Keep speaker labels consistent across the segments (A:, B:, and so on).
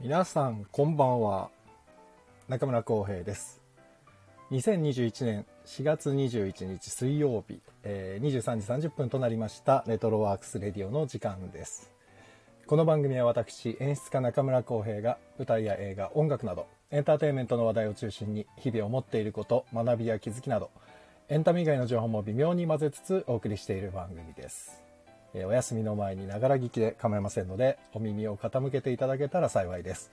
A: 皆さんこんばんは中村浩平です2021年4月21日水曜日、えー23時30分となりましたレトロワークスレディオの時間ですこの番組は私演出家中村浩平が舞台や映画音楽などエンターテインメントの話題を中心に日々思っていること学びや気づきなどエンタメ以外の情報も微妙に混ぜつつお送りしている番組ですえーお休みの前にながら聞きで構いませんので、お耳を傾けていただけたら幸いです。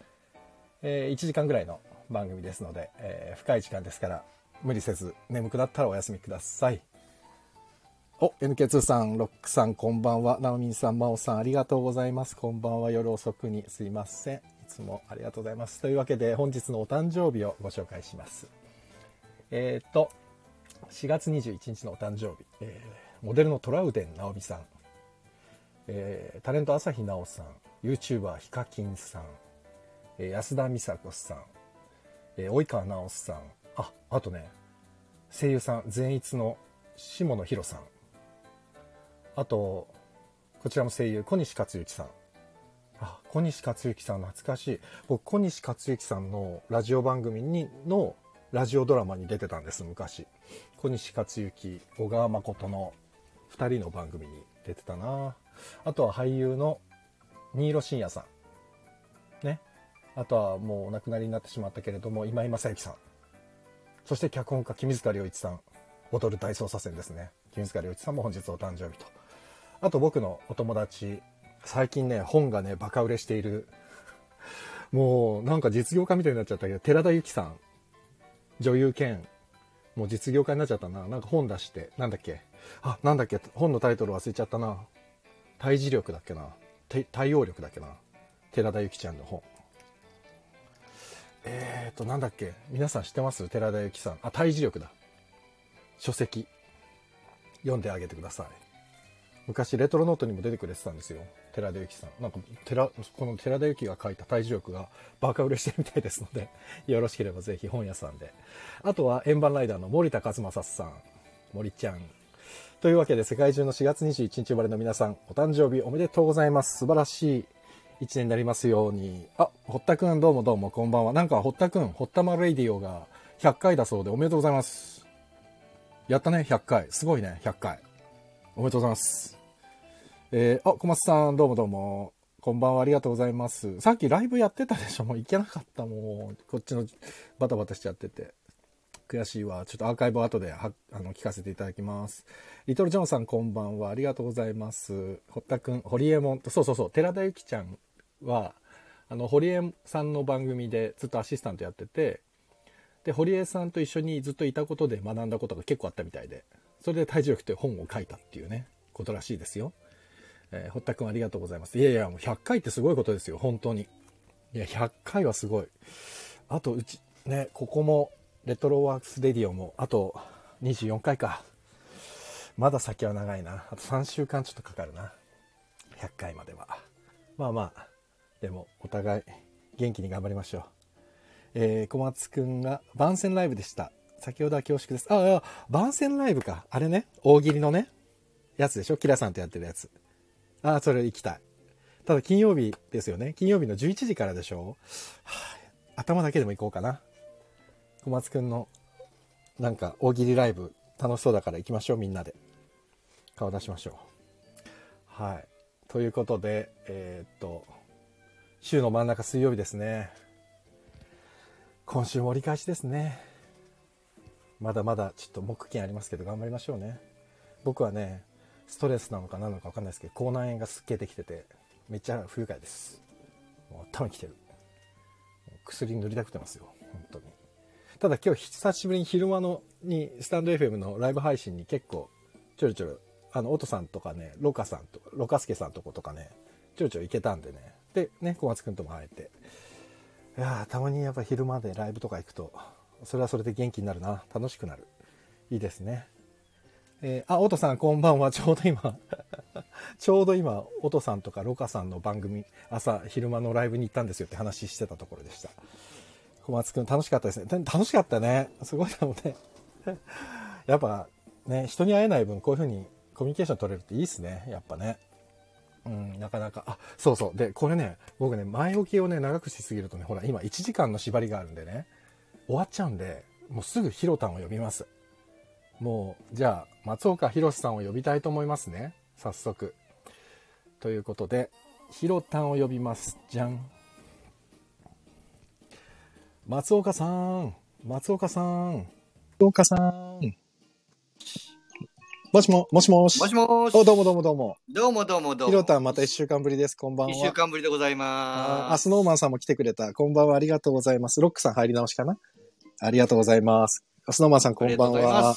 A: え1時間ぐらいの番組ですので、えー深い時間ですから、無理せず眠くなったらお休みください。お、NK2 さん、ロックさん、こんばんは。ナオミンさん、マオさん、ありがとうございます。こんばんは。夜遅くにすいません。いつもありがとうございます。というわけで、本日のお誕生日をご紹介します。えっ、と、4月21日のお誕生日、えーモデルのトラウデン直美さん、えータレント朝日奈央さん YouTuber ヒカキンさん、えー安田美沙子さん、えー及川奈央さんああとね声優さん善逸の下野紘さんあとこちらも声優小西克幸さんあ小西克幸さん懐かしい僕小西克幸さんのラジオ番組にのラジオドラマに出てたんです昔小西克幸小川誠の2人の番組に出てたなあとは俳優の新納慎也さんねあとはもうお亡くなりになってしまったけれども今井正幸さんそして脚本家君塚良一さん踊る大捜査線ですね君塚良一さんも本日お誕生日とあと僕のお友達最近ね本がねバカ売れしているもうなんか実業家みたいになっちゃったけど寺田由紀さん女優兼もう実業家になっちゃったななんか本出してなんだっけあなんだっけ本のタイトル忘れちゃったな対峙力だっけなて対応力だっけな寺田由紀ちゃんの本えーとなんだっけ皆さん知ってます寺田由紀さんあ対峙力だ書籍読んであげてください昔レトロノートにも出てくれてたんですよ寺田由紀さんなんか寺この寺田由紀が書いた体重力がバカ売れしてるみたいですので よろしければぜひ本屋さんであとは円盤ライダーの森田一正さん森ちゃんというわけで世界中の4月21日生まれの皆さんお誕生日おめでとうございます素晴らしい一年になりますようにあ堀田くんどうもどうもこんばんはなんか堀田くん堀田丸レイディオが100回だそうでおめでとうございますやったね100回すごいね100回おめでとうございますえーあ、小松さん、どうもどうも。こんばんは、ありがとうございます。さっきライブやってたでしょもう行けなかった、もう。こっちのバタバタしちゃってて。悔しいわ。ちょっとアーカイブは後ではあの聞かせていただきます。リトル・ジョンさん、こんばんは。ありがとうございます。堀田くん、堀江門と、そうそうそう、寺田由紀ちゃんは、あの、堀江さんの番組でずっとアシスタントやってて、で、堀江さんと一緒にずっといたことで学んだことが結構あったみたいで、それで体重力という本を書いたっていうね、ことらしいですよ。えー、堀田くんありがとうございます。いやいや、もう100回ってすごいことですよ、本当に。いや、100回はすごい。あと、うち、ね、ここも、レトロワークスレディオも、あと24回か。まだ先は長いな。あと3週間ちょっとかかるな。100回までは。まあまあ、でも、お互い、元気に頑張りましょう。えー小松くんが番宣ライブでした。先ほどは恐縮です。ああ、番宣ライブか。あれね、大喜利のね、やつでしょキラさんとやってるやつ。ああ、それ行きたい。ただ金曜日ですよね。金曜日の11時からでしょ、はあ頭だけでも行こうかな。小松くんの、なんか、大喜利ライブ、楽しそうだから行きましょう、みんなで。顔出しましょう。はい。ということで、えーっと、週の真ん中水曜日ですね。今週も折り返しですね。まだまだちょっと木金ありますけど頑張りましょうね。僕はね、ストレスなのか何なのか分かんないですけど、口内炎がすっげえできてて、めっちゃ不愉快です。もう頭きてる。もう薬塗りたくてますよ、本当に。ただ今日久しぶりに昼間のにスタンド FM のライブ配信に結構ちょろちょろあの音さんとかねロカさんとかロカスケさんとことかねちょろちょろ行けたんでねでね小松くんとも会えていやーたまにやっぱ昼間でライブとか行くとそれはそれで元気になるな楽しくなるいいですねえーあ音さんこんばんはちょうど今ちょうど今音さんとかロカさんの番組朝昼間のライブに行ったんですよって話してたところでした小松くん楽しかったですね。た楽しかったね。すごいだもんね。やっぱね、人に会えない分こういう風にコミュニケーション取れるっていいっすね。やっぱね。うん、なかなか、あ、そうそう。で、これね、僕ね、前置きをね、長くしすぎるとね、ほら、今1時間の縛りがあるんでね、終わっちゃうんで、もうすぐヒロタンを呼びます。もう、じゃあ、松岡弘さんを呼びたいと思いますね。早速。ということで、ヒロタンを呼びます。じゃん。松岡さん。松岡さん。松岡さん。もしも、もしもし。
B: もしも
A: お、
B: し。
A: どうもどうもどうも。
B: どうもどうもどう
A: ヒ
B: も。
A: ロタン、また1週間ぶりです。こんばんは。
B: 一週間ぶりでござい
A: あ
B: ま
A: あ、
B: す。
A: スノーマンさんも来てくれた。こんばんは。ありがとうございます。ロックさん入り直しかなありがとうございます。スノーマンさんこんばん
B: ありがとうございま
A: は。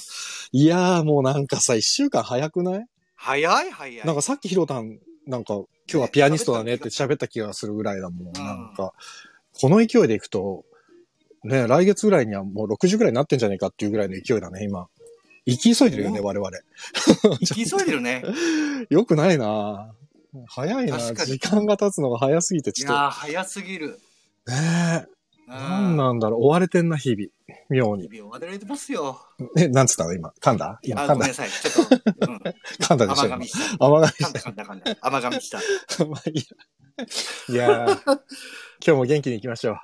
A: いやーもうなんかさ、一週間早くない、
B: 早い早い。
A: なんかさっきヒロタン、なんか今日はピアニストだねって喋った気がするぐらいだもん。
B: うん
A: なんか、この勢いでいくと、ね、来月ぐらいにはもう60ぐらいになってんじゃねえかっていうぐらいの勢いだね、今。行き急いでるよね、
B: う
A: 我々。
B: 行き急いでるね。
A: よくないな早いな
B: 確かに
A: 時間が経つのが早すぎて、
B: い
A: ちょっ
B: やー、早すぎる。
A: と。ねえ。
B: う
A: なんなんだろう、追われてんな、日々。妙に。
B: 指を渡れてますよ。
A: え、なんつったの今。噛んだ今、
B: あ、
A: 噛
B: ご
A: んだ
B: めんな。さい。ちょっと、うん。
A: 噛んだでし
B: 甘
A: ょ
B: 噛みした。
A: 甘が
B: 噛んだ噛んだ噛んだ。甘噛みした。
A: み。まあい いや。いや ー今日も元気に行きましょう。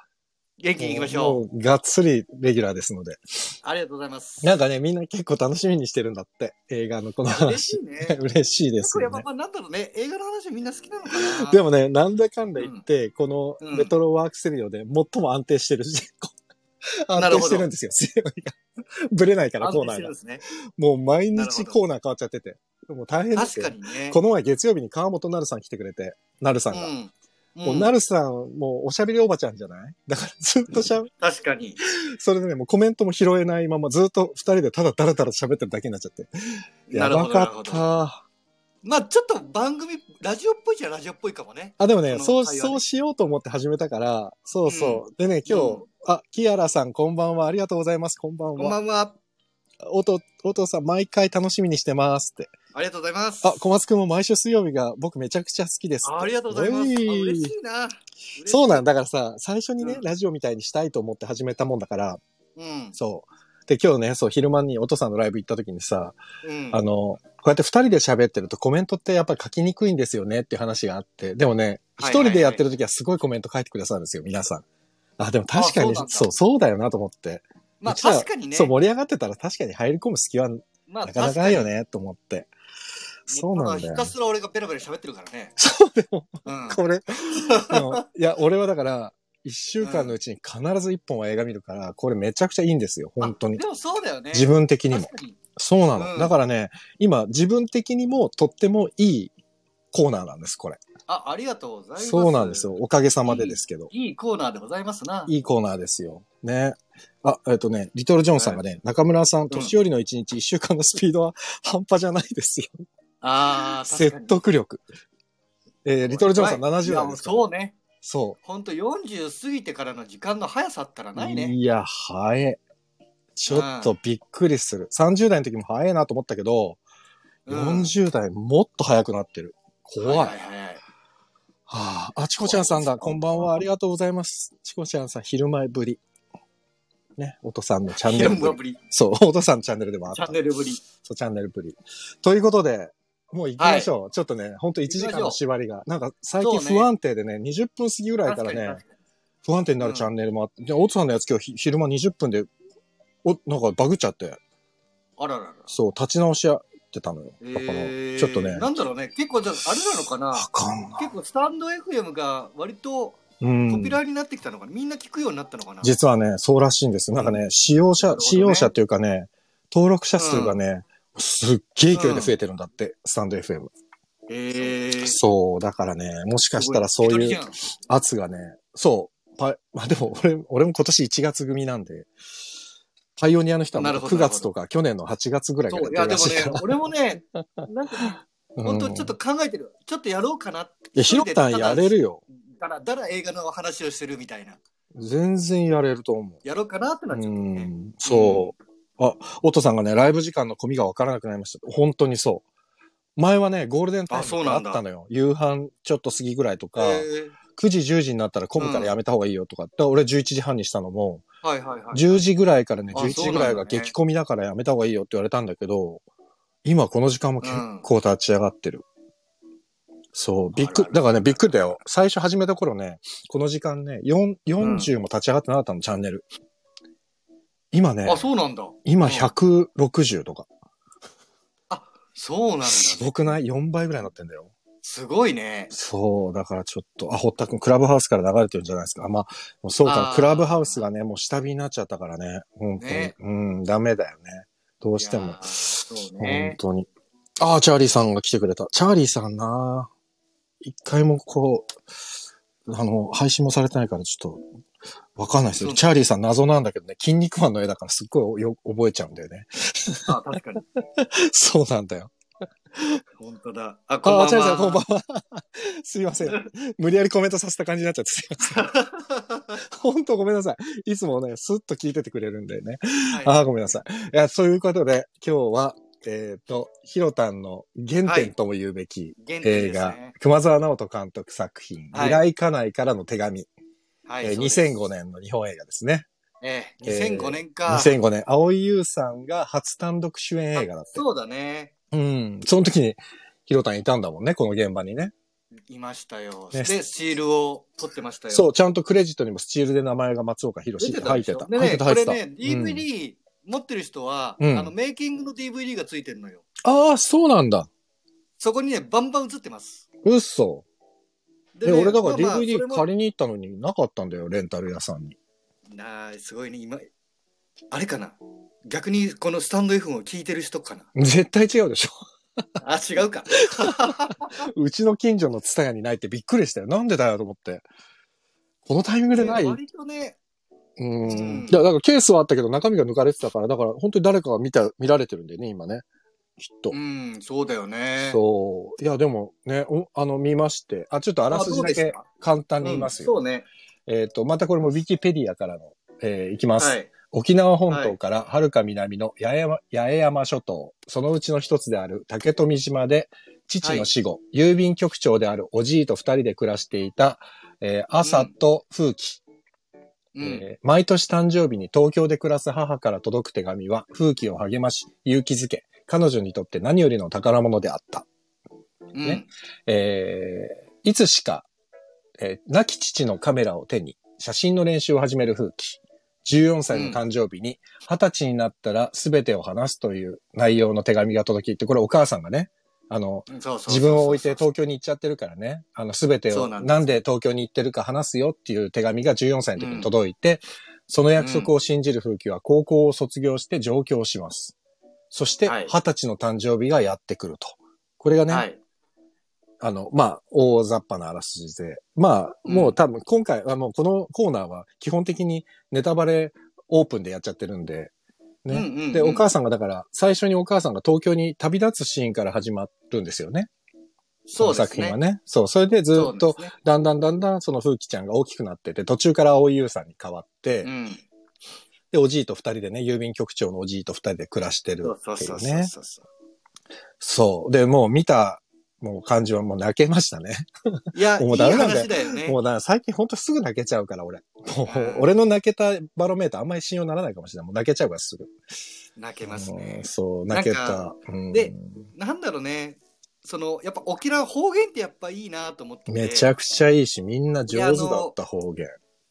B: 元気に行きましょう。
A: もう、がっつりレギュラーですので。
B: ありがとうございます。
A: なんかね、みんな結構楽しみにしてるんだって。映画のこの
B: 嬉
A: 話。
B: しいね。
A: 嬉しいです
B: これや
A: よ
B: っぱ
A: ね。
B: まあなんだろうね。映画の話みんな好きなのかな。
A: で
B: も、
A: もね、なんだかんだ言って、こ
B: う
A: の
B: ん
A: レトロワークステレオで最も安定してるし、
B: な
A: 安定
B: るほど
A: してるんですよ、セレオが。ぶれないから、
B: 安
A: コー
B: 定
A: ナ
B: し
A: ー
B: てる
A: が
B: んで。すね。
A: もう毎
B: なるほ
A: 日
B: ど
A: コーナー変わっちゃってて。もう大変です
B: 確
A: よ
B: かにね。
A: この前月曜日に川本なるさん来てくれて、なるさんが。
B: うん。
A: もう
B: うん
A: なるさん、もうおしゃべりおばちゃんじゃない だからずっとしゃべ、
B: 確かに。
A: それでね、もうコメントも拾えないままずっと二人でただだらだら喋ってるだけになっちゃって。
B: な
A: や
B: る
A: ば
B: ほど。なる
A: か
B: ほ
A: っ
B: ど。
A: た。
B: まあちょっと番組、ラジオっぽいじゃラジオっぽいかもね。
A: あ、でもね、
B: そ
A: そ
B: の
A: う、
B: 会話ね
A: そうしようと思って始めたから、そうそう。でね、今日、
B: うん
A: あ、キアラさんこんばんは、ありがとうございます、こんばん
B: こんば
A: は。
B: んは。
A: おと、おとさん毎回楽しみにしてますって。
B: ありがとうございます。
A: あ、小松くんも毎週水曜日が僕めちゃくちゃ好きですって。
B: ありがとうございま
A: お
B: す。あ
A: い
B: 嬉しいな。
A: そうなんんだからさ、最初にね、
B: うん
A: ラジオみたいにしたいと思って始めたもんだから、
B: うん。
A: そう。で、今日ね、そう、昼間にお父さんのライブ行った時にさ、
B: うん。
A: あの、こうやって二人で喋ってるとコメントってやっぱ書きにくいんですよねっていう話があって、でもね、一
B: はいはいはい
A: 人でやってる時はすごいコメント書いてくださるんですよ、皆さん。あ、でも確かに、
B: あそうな
A: そう
B: んだ
A: そう、だよなと思って。
B: まあ
A: うちら
B: 確かにね。
A: そう、盛り上がってたら確かに入り込む隙はな
B: まあ
A: かなかないよ
B: ね。
A: ね、と思って。そうなんだ
B: ひ
A: よ。
B: たすら俺がペラペラ喋ってるからね。
A: そうでも、
B: うん。
A: こ れ、あのいや、俺はだから、一週間のうちに必ず一本は映画見るから、これめちゃくちゃいいんですよ、本当に
B: あ。でもそうだよね。
A: 自分的にも。
B: 確かに。
A: そうなの。
B: うん
A: だからね、今、自分的にもとってもいいコーナーなんです、これ。
B: あ、ありがとうございます。
A: そうなんですよ。。おかげさまでですけど。
B: いいコーナーでございますな。
A: いいコーナーですよ。ね。あ、えっとね、リトル・ジョンさんがね、中村さん、年寄りの一日、一週間のスピードは半端じゃないですよ。
B: ああ、確か
A: 説
B: に。
A: 得力。えー、リトル・ジョンさん70代
B: い
A: です
B: や
A: から
B: そうね。
A: そ
B: ほんと40過ぎてからの時間の速さったら
A: う。
B: ないね。
A: いや、早え。ちょっとびっくりする。30代の時も早いなと思ったけど、
B: うん
A: 40代もっと早くなってる。怖い。
B: はいはいはい。
A: はあ、あ、チコちゃんさんだ。こんばんは。ありがとうございます。チコちゃんさん、昼前ぶり。ね、おとさんのチャンネル
B: 昼
A: ぶ
B: 間
A: り。
B: ぶり。
A: そう、おとさんのチャンネルでもあっ
B: チ
A: た。
B: ャンネルぶり。
A: そう、チャンネルぶり。ということで、もう行きましょう。ちょっとね、ほんと1時間の縛りが。なんか最近
B: そうね
A: 不安定でね、20分過ぎぐらい
B: 確
A: か
B: からに
A: ね
B: 確、かに。
A: 不安定になるチャンネルもあって、で、おとさんのやつ今日ひ昼間20分で、お、なんかバグっちゃって、
B: あららら。
A: そう、立ち直し合ってたのよ。だから、
B: えー
A: ちょっとね、
B: なんだろうね。結構じゃあ、あれなのかな。
A: あかんな。
B: 結構スタンド FM が割と
A: う
B: ポ
A: ん
B: ピュ。ラーになってきたのかな。みんな聞くようになったのかな。
A: 実はね、そうらしいんです。なんかね、使用者、
B: なるほどね
A: 使用者というかね、登録者数がね、すっげえ勢いで増えてるんだって、スタンド FM。
B: えー。
A: そう、だからね、もしかしたらそう
B: すご
A: い
B: 一
A: う
B: 人じ
A: 圧がね、そう、パイ まあでも俺、俺も今年1月組なんで、パイオニアの人はもう
B: なるほど
A: 9月とか去年の8月ぐら
B: ゃん
A: いか
B: そ
A: らや
B: う。
A: っ
B: い
A: て
B: や、
A: る
B: で
A: ら
B: も
A: しい
B: ね
A: から。、
B: 俺 もね、なんかね、本当
A: うん
B: ちょっと考えてる。ちょっとやろうかなって。
A: いや、ヒロタンやれるよ。
B: だらだら映画の話をしてるみたいな。
A: 全然やれると思う。
B: やろうかなってなっちゃった
A: う
B: ね。
A: んそう。あ、オトさんがね、ライブ時間の込みがわからなくなりました。本当にそう。前はね、ゴールデンタイム
B: あそう
A: があっ
B: なんだ
A: たのよ。夕飯ちょっと過ぎぐらいと
B: え
A: か、9時、10時になったら混むからやめた方がいいよとか、だから俺11時半にしたのも、
B: ーはいはいはい。
A: 10時ぐらいからね、
B: あ
A: 11
B: そ
A: 時
B: うなん
A: ぐ
B: だ
A: らいが激混みだからやめた方がいいよって言われたんだけど、今この時間も結構立ち上がってる。そう、びっ
B: あ
A: く
B: ら
A: り、だからね、びっくりだよ。最初始めた頃ね、この時間ね、4 40も立ち上がってなかったの、チャンネル。今ね
B: あ、、そうなんだ。
A: 今
B: うん
A: 160とか。
B: そうなんだ。
A: すごくない ?4 倍ぐらいになってんだよ。
B: すごいね。
A: そう、だからちょっと、あ、堀田くん、クラブハウスから流れてるんじゃないですか。あまあ、もうそうか
B: あ、ー
A: クラブハウスがね、もう下火になっちゃったからね。本当に。
B: ね
A: うん、ダメだよね。どうして
B: い
A: も
B: や。ーそ
A: 本
B: うね。
A: 当に。ああ、チャーリーさんが来てくれた。チャーリーさんな一回もこう、あの、配信もされてないからちょっと、わかんないですよ。
B: そう
A: チャーリーさん謎なんだけどね、筋肉マンの絵だからすっごいよ覚えちゃうんだよね。
B: あ、確かに。
A: そうなんだよ。
B: 本当だ。あ、こん
A: あ
B: ばん
A: あ、
B: は。
A: チャーリーさんこんばんは。 すいません。無理やりコメントさせた感じになっちゃってすいません。 本当ごめんなさい。いつもね、スッと聞いててくれるんだよね。ああ、ごめんなさい。いや、そういうことで、今日は、えっ、と、ヒロタンの原点とも言うべき、
B: い。現地
A: 映
B: です
A: 画、
B: ね。
A: 熊沢直人監督作品、
B: はい
A: 未来家内からの手紙、
B: はい。
A: えー
B: そうです
A: 2005。年の日本映画ですね。
B: ええ、
A: えー
B: 2005年か。
A: 2005年、青井優さんが初単独主演映画だって。
B: そうだね。
A: うん。その時に、ヒロタンいたんだもんね、この現場にね。
B: いましたよ。
A: ね
B: で、スチールを取ってましたよ。
A: そう、ちゃんとクレジットにもスチールで名前が松岡弘
B: 出
A: ってて
B: た
A: 入っ
B: でしてょ
A: た。
B: で
A: 入って
B: ね、
A: た、
B: こ
A: 入っ
B: れ
A: てた。
B: ね、DVD 持ってる人は、
A: うん
B: あの、メイキングの DVD がついてるのよ。
A: うんああ、そうなんだ。
B: そこにね、バンバン映ってます。
A: 嘘。
B: で
A: え、
B: ね
A: 俺だから
B: まあまあそ
A: DVD
B: れも
A: 借りに行ったのになかったんだよ、レンタル屋さんに。
B: なあすごいね今あれかな逆にこのスタンド F を聞いてる人かな
A: 絶対違うでしょ。
B: あ違 うか
A: うちの近所のツタヤにないってびっくりしたよ。なんでだよと思って。このタイミングでない
B: 割とね
A: うん。
B: うん
A: いや、だからケースはあったけど中身が抜かれてたから、だから本当に誰かが見た、見られてるんだよね、今ね。きっと。
B: うんそうだよね
A: そう。いや、でもね、おあの、見まして。あ、ちょっとあらすじだ
B: あどうで
A: け
B: した
A: 簡単に言いますよ。
B: うんそうね
A: えっ、と、またこれもウィキペディアからの、えーいきます。
B: はい
A: 沖縄本島からはるか南の八重山,、八重山諸島、そのうちの一つである竹富島で、父の死後、郵便局長であるおじいと二人で暮らしていた、えー、朝と風紀、
B: うん、
A: えー毎年誕生日に東京で暮らす母から届く手紙は、風紀を励まし、勇気づけ、彼女にとって何よりの宝物であった。
B: うん
A: ねえーいつしか、えー亡き父のカメラを手に写真の練習を始める風紀。14歳の誕生日に、20歳になったら全てを話すという内容の手紙が届きって、これお母さんがね、あの、
B: うんそうそうそうそう
A: 自分を置いて東京に行っちゃってるからね、あの、全て
B: そう
A: を、
B: なんです
A: なんで東京に行ってるか話すよっていう手紙が14歳の時に届いて、その約束を信じる風紀は高校を卒業して上京します。そして、
B: はい
A: 20歳の誕生日がやってくると。これがね、
B: はい
A: あの、まあ、大雑把なあらすじで。まあ、もう多分今回はもうこのコーナーは基本的にネタバレオープンでやっちゃってるんで。ね。
B: うんうんうん
A: で、お母さんがだから、最初にお母さんが東京に旅立つシーンから始まるんですよね。
B: そ
A: こ
B: う
A: の
B: で
A: 作
B: す
A: 品は
B: ね
A: ね。そう。それでずっ
B: そう
A: と、
B: ですね
A: だんだんだんだんその風紀ちゃんが大きくなってて、途中から青井優さんに変わって、
B: うん
A: で、おじいと二人でね、郵便局長のおじいと二人で暮らしてる
B: そう
A: って
B: そう
A: い
B: そうう
A: ね。
B: そうそ
A: そう。で、もう見た、もう感じはもう泣けましたね。
B: ういやい
A: も
B: いう
A: ダメなんだよ
B: 話だよね
A: もうな、最近ほんとすぐ泣けちゃうから、俺。も
B: う、
A: うん俺の泣けたバロメーターあんまり信用ならないかもしれない。もう泣けちゃうからすぐ。
B: 泣けますね
A: うんそう、泣け
B: な
A: た。うん
B: でなんだろうねそのやっぱ沖縄方言ってやっぱいいなと思ってて
A: めちゃくちゃいいし、みんな上手だった方言。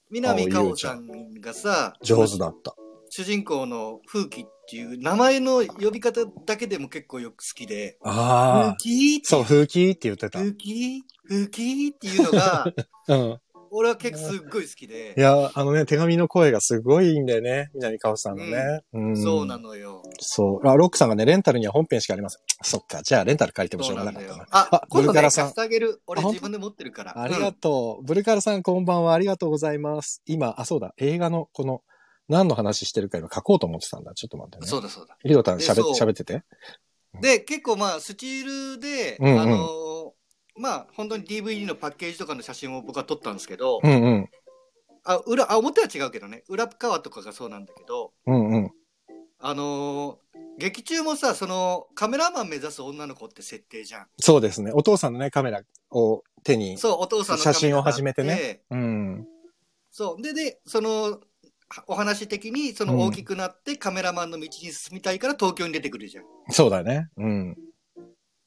B: 南かおさんがさ
A: 上手だった。
B: 主人公の風紀っていう名前の呼び方だけでも結構よく好きで、風
A: ああ。
B: 紀って
A: そう、風紀って言ってた。う
B: 風紀風紀っていう のが、
A: ん。
B: 俺は結構すっごい好きで
A: い、や、あのね、手紙の声がすごいいいんだよね。南川さんのね。うん
B: そうなのよ。
A: そう。あ、ロックさんがね、レンタルには本編しかありません。そっか、じゃあレンタル借りてもし
B: そ
A: ょ
B: う
A: うが
B: な
A: なんか
B: だ
A: ったな
B: よ。。あ、今
A: ブル
B: 度
A: カ
B: ね、
A: ラさん
B: 貸してあげる。俺
A: あ本当
B: 自分で持ってるから。
A: あり
B: う
A: が
B: ん
A: とう。ブルカルさんこんばんは。ありがとうございます。今、あ、そうだ。映画のこの、何の話してるか今書こうと思ってたんだ。ちょっと待ってね。
B: そうだそうだ。
A: ヒロタン
B: で
A: 喋
B: そう
A: 喋ってて。
B: で、結構まあ、スチールで、
A: うんうん
B: あのーまあ、本当に DVD のパッケージとかの写真を僕は撮ったんですけど、
A: うんうん。
B: あ、裏、あ、表は違うけどね、裏側とかがそうなんだけど、
A: うんうん。
B: あのー劇中もさそのカメラマン目指す女の子って設定じゃん
A: そうですね。お父さんのね、カメラを手に。
B: そうお父さんの
A: 写真を始めてね
B: カメラがあって
A: うん。
B: そうででそのはお話的にそ
A: うん
B: の大きくなってカメラマンの道に進みたいから東京に出てくるじゃん、
A: そうだね。うん。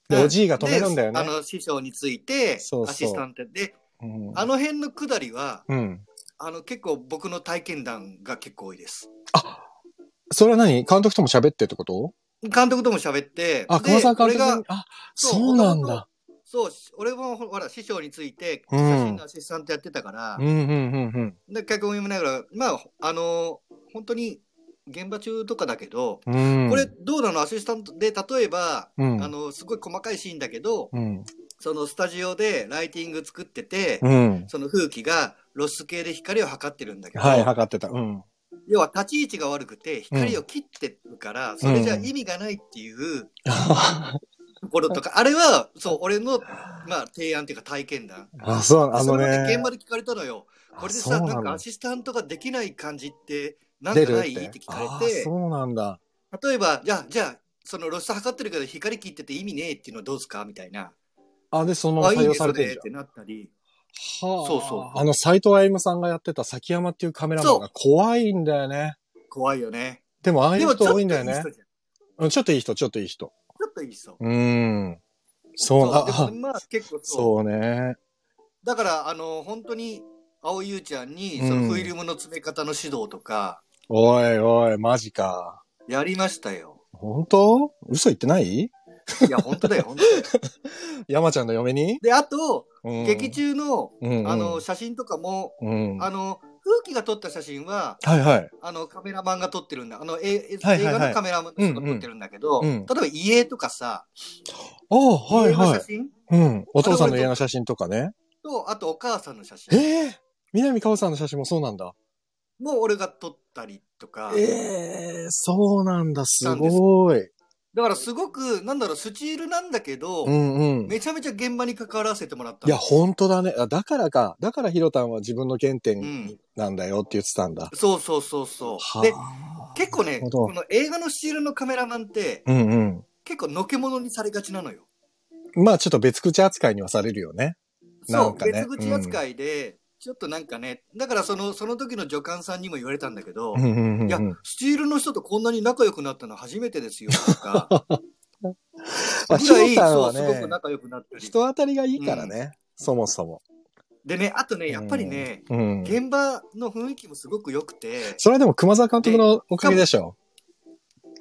A: で、
B: うん
A: おじいが止めるんだよ
B: であ
A: ね。
B: の、師匠について、
A: そうそう
B: アシスタントで、
A: うん
B: あの辺のくだりは、
A: うん。
B: あの、結構僕の体験談が結構多いです。
A: それは何監督とも喋ってってこと
B: 監督とも喋って、
A: あ、
B: で
A: 熊沢監
B: 俺が
A: 督に。あ、
B: そう
A: そうなんだ。
B: そう、俺もほら、師匠について、
A: う
B: 写
A: ん
B: 真のアシスタントやってたから
A: うん、うんうん
B: で、脚本読みながら、まあ、あの、本当に現場中とかだけど、
A: うん。うん。
B: これ、どうなのアシスタントで、例えば、
A: うん
B: あの、すごい細かいシーンだけど、
A: うん。
B: そのスタジオでライティング作ってて、
A: うん。
B: その風紀がロス系で光を測ってるんだけど、
A: はい、測ってた。うん。
B: 要は立ち位置が悪くて光を切ってるから、それじゃ意味がないっていう
A: あ、
B: ところとか、あれは、そう、俺の、まあ、提案っていうか体験談。
A: そう、あの
B: それも
A: ね
B: 現。場で聞かれたのよ。これで
A: あ
B: さ、
A: そう
B: な
A: なん
B: ん
A: だ
B: かアシスタントができない感じって、なん
A: 出
B: か
A: るっ
B: ないってて。聞
A: あ
B: かれ
A: ー
B: て、
A: そうなんだ。
B: 例えば、じゃあ、じゃあ、そのロス測ってるけど光切ってて意味ねえっていうのはどうすかみたいな。
A: あ、で、そのまま
B: あ、いい
A: 採用
B: ね、
A: され
B: そ
A: てる
B: れ
A: じ
B: ってなったり。
A: ゃん。はあ
B: そうそう
A: あの、斎藤歩さんがやってた崎山っていうカメラマンが怖いんだよね。
B: 怖いよね。
A: でも、ああい
B: で
A: う
B: も、ち
A: 人
B: ょっと
A: 多い
B: いい
A: んだよ
B: 人
A: ね
B: じゃん。。ち
A: うん、ちょっといい人、ちょっといい人。
B: ょっといい人。
A: うーん。そう、
B: そうで
A: あ、
B: もまあ、結構そう。
A: そうね。
B: だから、あの、本当に、青井優ちゃんに、
A: うん
B: そのフィルムの詰め方の指導とか、
A: おいおい、マジか。
B: やりましたよ。
A: 本当嘘言ってない
B: いや、本 当だよ、本当だよ。
A: 山ちゃんの嫁に、
B: で、あと、
A: うん
B: 劇、中の、
A: うんうん
B: あの、、写真とかも、
A: うん、
B: あ
A: は
B: の、風紀が撮った写真は、
A: いはい。
B: あの、カメラマンが撮ってるんだ。あの、え映
A: はいはいはい
B: 画のカメラマンの人が撮ってるんだけど、
A: うんうんうん
B: 例えば家とかさ、
A: ああ、はい
B: 家の
A: は
B: 写
A: い。
B: 真
A: うん。お父さんの家の写真とかね。
B: と、あとお母さんの写真
A: ええ南かおさんの写真もそうなんだ。
B: も俺が撮ったりとか、
A: ええそうなんだ。すごい。
B: だからすごく、なんだろう、スチールなんだけど、
A: うんうん。
B: めちゃめちゃ現場に関わらせてもらった
A: い
B: の
A: や、本当だね。あだからか。だからヒロタンは自分の原
B: う
A: 点
B: ん
A: なんだよって言ってたんだ。
B: そうそうそうそう。で、
A: はあ
B: 結構
A: な
B: ね
A: る、ほど
B: この映画のシールのカメラマンって、
A: うんうん。
B: 結構のけものにされがちなのよ。
A: まあちょっと別口扱いにはされるよね。な
B: そ
A: ん
B: う、
A: かね
B: 別口扱いで、ちょっとなんかね、だからその、その時の助監さんにも言われたんだけど、
A: うんうんうんうん。
B: いや、スチールの人とこんなに仲良くなったの初めてですよ、とか。
A: まあ
B: ぐらい、
A: ヒロタン
B: そ
A: は
B: う、
A: ね
B: すごく仲良くなったり。
A: 人当たりがいいからね。そもそも。
B: でね、あとね、やっぱりね、
A: うん。
B: 現場の雰囲気もすごく良くて、
A: それはでも熊沢監督のおかげでしょ。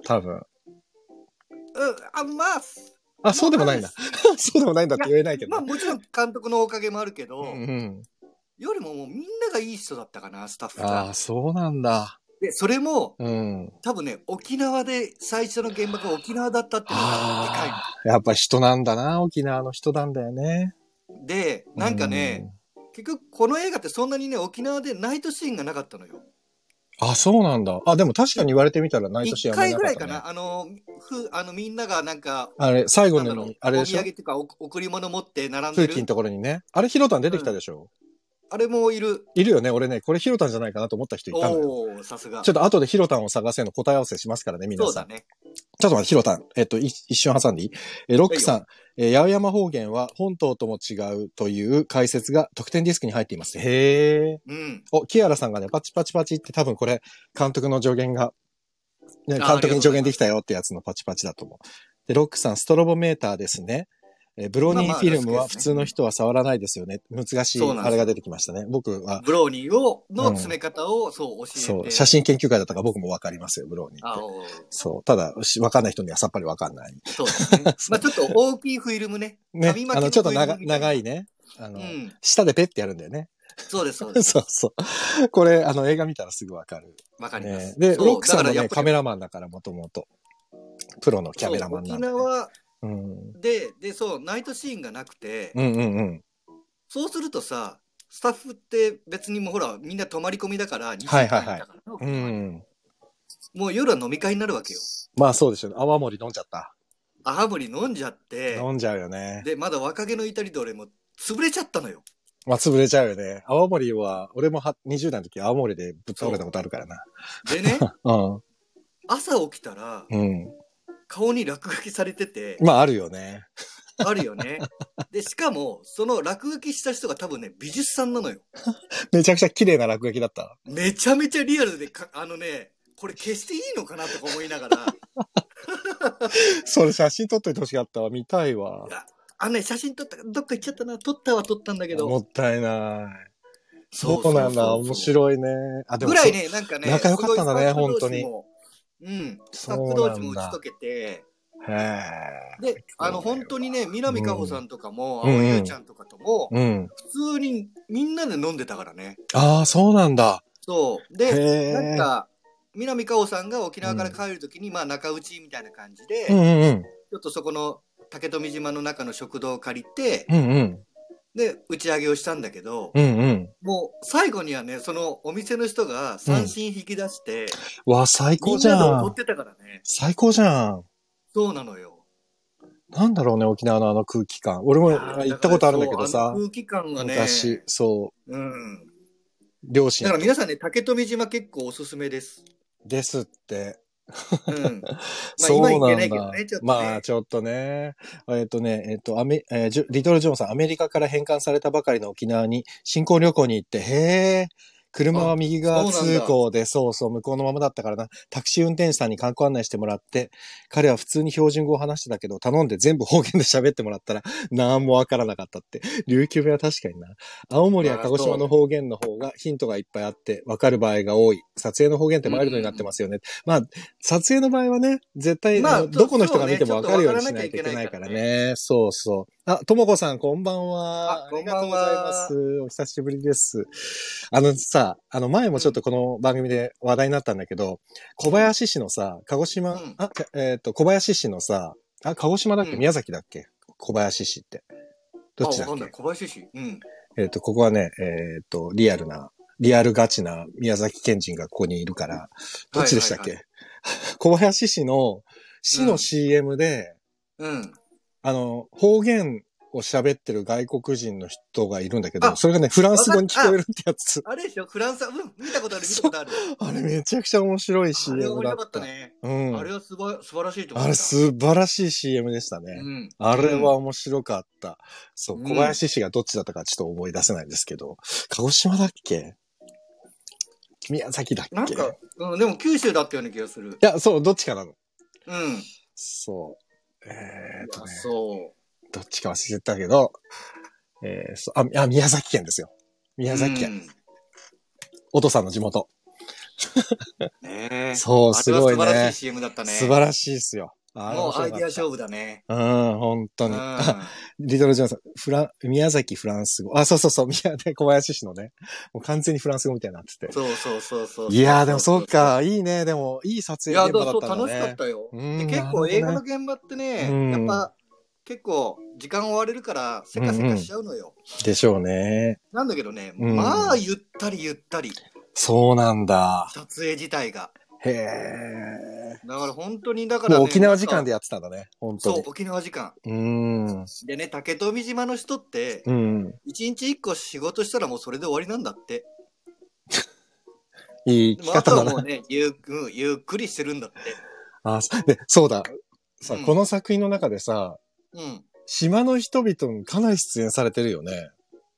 A: 多分。
B: うん、あ、まあ、
A: あ、そうでもないんだ。そうでもないんだって言えないけ
B: ま
A: ど
B: あ
A: ね。
B: もちろん監督のおかげもあるけど、
A: うんうん。
B: よりももうみんながいい人だったかな、スタッフ
A: あ
B: が
A: あ、。そうなんだ。
B: で、それも、
A: うん。
B: 多分ね、沖縄で最初の現場が沖縄だったっていうのがでかい
A: ああ、やっぱ人なんだな。沖縄の人なんだよね。
B: の。で、なんかね、結局この映画ってそんなにね、沖縄でナイトシーンがなかったのよ。
A: うん。あ、そうなんだ。あ、でも確かに言われてみたらナイトシー
B: 一
A: ンあんま
B: 回
A: り
B: ぐらい
A: か
B: か
A: ったね
B: な、あの、ふあのみんながなんか、
A: あれ、最後
B: なんだろ
A: の
B: う
A: に、あれ
B: お
A: でし
B: 土
A: ょ
B: 産とかお贈り物持って並ん
A: 風
B: で
A: 紀の
B: る。
A: ところにね。あれ、ヒロタン出てきたでしょ、
B: あれもいる。
A: いるよね。俺ね、これヒロタンじゃないかなと思った人いたのよ。
B: おおさすが。
A: ちょっと後でヒロタンを探せの答え合わせしますからね、皆さん。
B: そうだね。
A: ちょっと待って、ヒロタン。えっと、い一瞬挟んでいいえ、ロックさん。えー八百山方言は本島とも違うという解説が特典ディスクに入っています。へえ。
B: うん。
A: お、キアラさんがね、パチパチパチって多分これ、監督の助言が、ね、
B: あ
A: 監督に助言できたよってやつのパチパチだと思う。で、ロックさん、ストロボメーターですね。えーブローニーフィルム
B: まあま
A: は
B: あ
A: 普通の人は触らないですよね。難しい、
B: そうなんですよ
A: あれが出てきましたね。僕は、
B: ブローニーを、の詰め方を、そう、教えて。
A: そう、写真研究会だったから僕もわかりますよ、ブローニーっ
B: あ
A: て。
B: おー
A: そう、ただ、しわかんない人にはさっぱりわかんない。
B: そうです ね。まあちょっと大きいフィルムね。
A: ね
B: 紙、巻
A: あの、ちょっと
B: フィ
A: 長
B: ルムみた
A: 長。
B: ない
A: ね。あ
B: う
A: の、
B: ん。
A: 舌でペッてやるんだよね。
B: そうです、そうです。
A: そうそう。これ、あの、映画見たらすぐわかる。
B: わかりま
A: ね
B: す。、
A: で、
B: そう
A: ロックさんも
B: だからや
A: ね、
B: っぱ
A: カ
B: り
A: メラマンだから、もともと。プロのキャメラマンなんで、
B: そう沖縄
A: うん。
B: で、で、そう、ナイトシーンがなくて、
A: うんうんうん。
B: そうするとさ、スタッフって別にもうほら、みんな泊まり込みだから、2週
A: はい
B: 間だ
A: はい
B: か
A: はい
B: らな、
A: うん。
B: もう夜は飲み会になるわけよ。
A: まあそうでしょうね。泡盛飲んじゃった。
B: 泡盛飲んじゃって、
A: 飲んじゃうよね。
B: で、まだ若気の至りで俺も潰れちゃったのよ。
A: まあ潰れちゃうよね。泡盛は、俺もは20代の時泡盛でぶっ倒れたことあるからな。
B: でね、
A: う
B: 朝起きたら、
A: ん。うん。
B: 顔に落書きされてて、
A: まああるよね。
B: あるよね。で、しかも、その落書きした人が多分ね、美術さんなのよ。
A: めちゃくちゃ綺麗な落書きだった。
B: めちゃめちゃリアルでか、あのね、これ消していいのかなとか思いながら、
A: それ写真撮っといてほしかったわ。見たいわ。
B: あのね、写真撮った、どっか行っちゃったな、撮ったは撮ったんだけど、
A: もったいない。
B: そ
A: そううなんだ。
B: そうそう
A: 面白いね。あ、でも
B: ぐらいね、なんかね、
A: 仲良かったんだね
B: すごいスタッフ同士もうん、スタッフ同士も
A: そうなんだ
B: 打ち解けて、
A: それへ
B: で、あの、本当にね、南かほさんとかも、
A: うん
B: 青井優ちゃんとかとも、
A: え。うん。
B: 普通にみんなで飲んでたからね。
A: ああ、そうなんだ。
B: そう。
A: へ
B: で、
A: え。
B: なんか、南かほさんが沖縄から帰るときに、まあ、中打ちみたいな感じ
A: う
B: で、
A: ん
B: ち
A: うんうん。
B: ょっとそこの竹富島の中の食堂を借りて、
A: うんうん。
B: で、打ち上げをしたんだけど、
A: うんうん。
B: もう、最後にはね、そのお店の人が三振引き出して、
A: わあ、最
B: み
A: 高
B: ん
A: じ
B: なで
A: ゃ
B: 踊っ
A: ん。
B: てたからね。
A: 最高じゃん。
B: そうなのよ。
A: なんだろうね、沖縄のあの空気感。俺も
B: いやー
A: 行ったことあるんだけど
B: から
A: さ
B: そうあの。空気感がね。
A: 昔、そ
B: うん。
A: う、両親
B: だから皆さんね、竹富島結構おすすめです。
A: ですって。
B: うん。 まあ
A: そう
B: 今
A: な
B: 行けなんいけど
A: だ
B: ね、ちょっ。と、ね。
A: まあ、ちょっとね。えっとね、えっと、アメ、えージュリトル・ジョーンさん、アメリカから返還されたばかりの沖縄に新婚旅行に行って、へえ、車は右側
B: あそう
A: 通
B: なんだ
A: 行で、そうそう、向こうのままだったからな。タクシー運転手さんに観光案内してもらって、彼は普通に標準語を話してたけど、頼んで全部方言で喋ってもら ったら、なんもわからなかったって。琉球弁は確かにな。青森や鹿児島の方言の方がヒントがいっぱいあって、わかる場合が多い。撮影の方言ってマイルドになってますよね。まあ、撮影の場合はね、絶対、
B: ま
A: あ
B: あ
A: の
B: そう
A: どこの人が
B: そうね
A: 見てもわかるようにしないと
B: ちょ
A: い
B: っと
A: け
B: わ
A: な
B: から
A: い
B: な
A: から
B: きゃいけないから
A: ね。そうそう。あ、ともこさん、こんばんは。
B: あこんばんは
A: ありがとうございます。お久しぶりです。あのさ、あの前もちょっとこの番組で話題になったんだけど、小林市のさ、鹿児島、
B: うん
A: あ、かえっ、と、小林市のさ、あ、鹿児島だっけ、
B: うん
A: 宮崎だっけ小林市って。どっちだ
B: あわか
A: っ
B: んない
A: け
B: 小林市。うん。
A: えっ、と、ここはね、えっ、と、リアルな、リアルガチな宮崎県人がここにいるから、どっちでしたっけ、
B: は
A: 小林市の、市の CM で、
B: うん。
A: あの、方言を喋ってる外国人の人がいるんだけど、
B: あ
A: それがね、フランス語に聞こえるってやつ。
B: あれでしょフランス、うん、見たことある、見たことあ る。
A: あれめちゃくちゃ面白い
B: あれは
A: CM
B: 面
A: だ
B: 白
A: っ。
B: かったたね。
A: うん。
B: あれはすば素晴らしいと思
A: あ
B: う。
A: れ素晴らしい CM でしたね。
B: うん。
A: あれは面白かった。そうう、
B: ん
A: 小林氏がどっちだったかちょっと思い出せないんですけど、鹿児島だっけ宮崎だっけ
B: なんか
A: い、
B: うん、でも九州だったような気がする。
A: や、そう、どっちかなの。
B: うん。
A: そう。えー、っと
B: あ
A: ね、
B: そ
A: どっちか忘れてたけど、えー、そうあ、あ、宮崎県ですよ。
B: う。
A: 宮崎
B: う
A: 県。
B: ん
A: お父さんの地元。
B: ねえ。
A: そう、すごい
B: あれは素晴ら
A: ね
B: しい。CM だったね。
A: 素晴らしいですよ。あれ
B: もうアイディア勝
A: 負。
B: 負だね。
A: うん、本当に。
B: うん
A: あリトル・ジョンさん、フラン、宮崎フランス語。あ、そうそうそう、宮崎小林氏のね。もう完全にフランス語みたいになってて。
B: そうそうそうそう。
A: いやー、でもそう。か、いいね。でも、いい撮
B: い
A: 影
B: や、
A: 現場
B: だか
A: だ
B: ら
A: っ
B: そ
A: たん
B: う楽し
A: だ
B: か
A: ね
B: っ。たよ。
A: うん
B: で結構映画の現場ってね、
A: うん
B: やっぱ結構時間追われるからせかせかしちゃうのよ。
A: でしょうね。
B: なんだけどね、
A: うん
B: まあゆったりゆったり、
A: そうなんだ。
B: 撮影自体が。
A: へえ。
B: だから本当に、だから、ね。
A: もう沖縄時間で
B: や
A: やってたんだね。本当
B: そう
A: に、。
B: 沖縄時間。
A: うーん。
B: でね、竹富島の人って、
A: うん。
B: 一日一個仕事したらもうそれで終わりなんだって。
A: いい
B: で
A: 生
B: も
A: き
B: あと
A: 方
B: は
A: だ
B: もう
A: な。
B: ね、ゆっくりゆっくりしてるんだって。
A: あ、そうで、そうだ。さ、
B: うん
A: この作品の中でさ、
B: うん。
A: 島の人々にかなり出演されてるよね。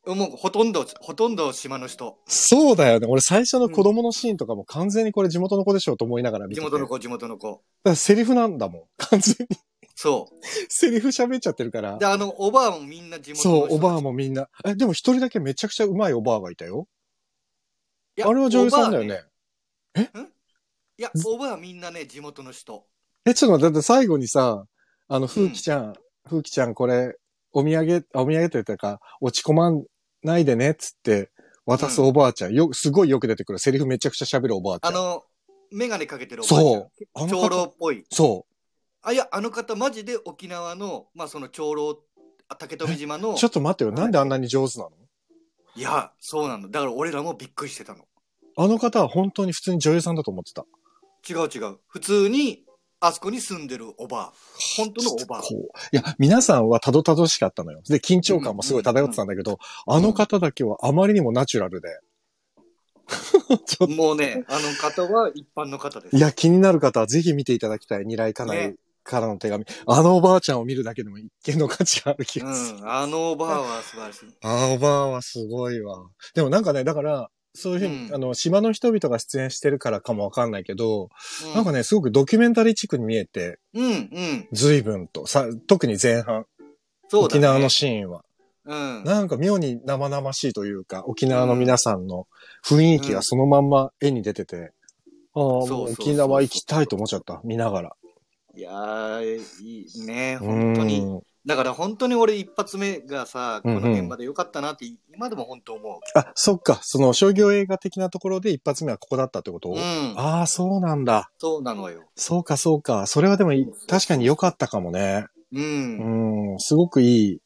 B: もうほとんど、ほとんど島の人。
A: そうだよね。俺最初の子供のシーンとかも完全にこれ地元の子でしょうと思いながら見てて
B: 地元の
A: 子。だ
B: 子、地元の子。
A: からセリフなんだもん。完全に
B: そ
A: セリフ喋っちゃってるから
B: う。で、。あの、おばあもみんな地元の
A: そ
B: 人。
A: う、おばあもみんな。え、でも一人だけめちゃくちゃうまいおばあがいたよ。
B: いや
A: あれは女優さんだよね。。
B: おばあいや、おばあみんなね、地元の人。
A: え、ちょっと待って、だって最後にさ、あの、ふうきちゃん、ふうきちゃんこれ、お土産、あお土産というか、落ち込まないでね、っつって、渡すおばあちゃん、よ、すごいよく出てくる。セリフめちゃくちゃ喋るおばあちゃ
B: あ
A: ん。
B: の、メガネかけてるおばあち
A: そう
B: ゃ。
A: あ
B: ん。
A: の
B: 長老
A: 方
B: っぽい。
A: そ
B: あ、いや、あの方、マジで沖縄の、まあ、その長老、あ竹富島の
A: う。ちょ、っと待ってよ。なんであんなに上手なの
B: いや、そうなの。だから俺らもびっくりしてたの。
A: あの方は本当に普通に女優さんだと思ってた。
B: 違う違う。普通に、あそこに住んでるおばあ。本当のおばあ
A: こ。う。いや、皆さんはたどたどしかったのよ。で、緊張感もすごい漂ってたんだけど、あの方だけはあまりにもナチュラルで。 ちょっと
B: もうね、あの方は一般の方です。
A: いや、気になる方はぜひ見ていただきたい。二来家内
B: ね
A: からの手紙。あのおばあちゃんを見るだけでも一見の価値がある気
B: う
A: がする。
B: ん。あのおばあは素晴らしい。
A: ああ、おばあはすごいわ。でもなんかね、だから、そういうふうに、
B: うん
A: あの、島の人々が出演してるからかもわかんないけど、
B: うん
A: なんかね、すごくドキュメンタリー地区に見えて、
B: うん、うん。
A: 随分と、さ、特に前半、
B: そうだ、ね。
A: 沖縄のシーンは。
B: うん。
A: なんか妙に生々しいというか、沖縄の皆さんの雰囲気がそのまんま絵に出てて、ああ、
B: そうそう
A: もう
B: そうそう
A: 沖縄行きたいと思っちゃった、見ながら。
B: いやー、いいね、本当
A: う
B: に。
A: ん。
B: だから本当に俺一発目がさ、こ
A: うんう
B: の
A: ん
B: 現場でよかったなって、今でも本当思
A: あ、そっか、その商業映画的なところで一発目はここだったってこと、
B: う。うん。
A: ああ、そうなんだ。
B: そうなのよ。
A: そうか、そうか。それはでもい
B: そうそうそう
A: 確かに良かったかもね。
B: う。
A: うんん、すごくいい。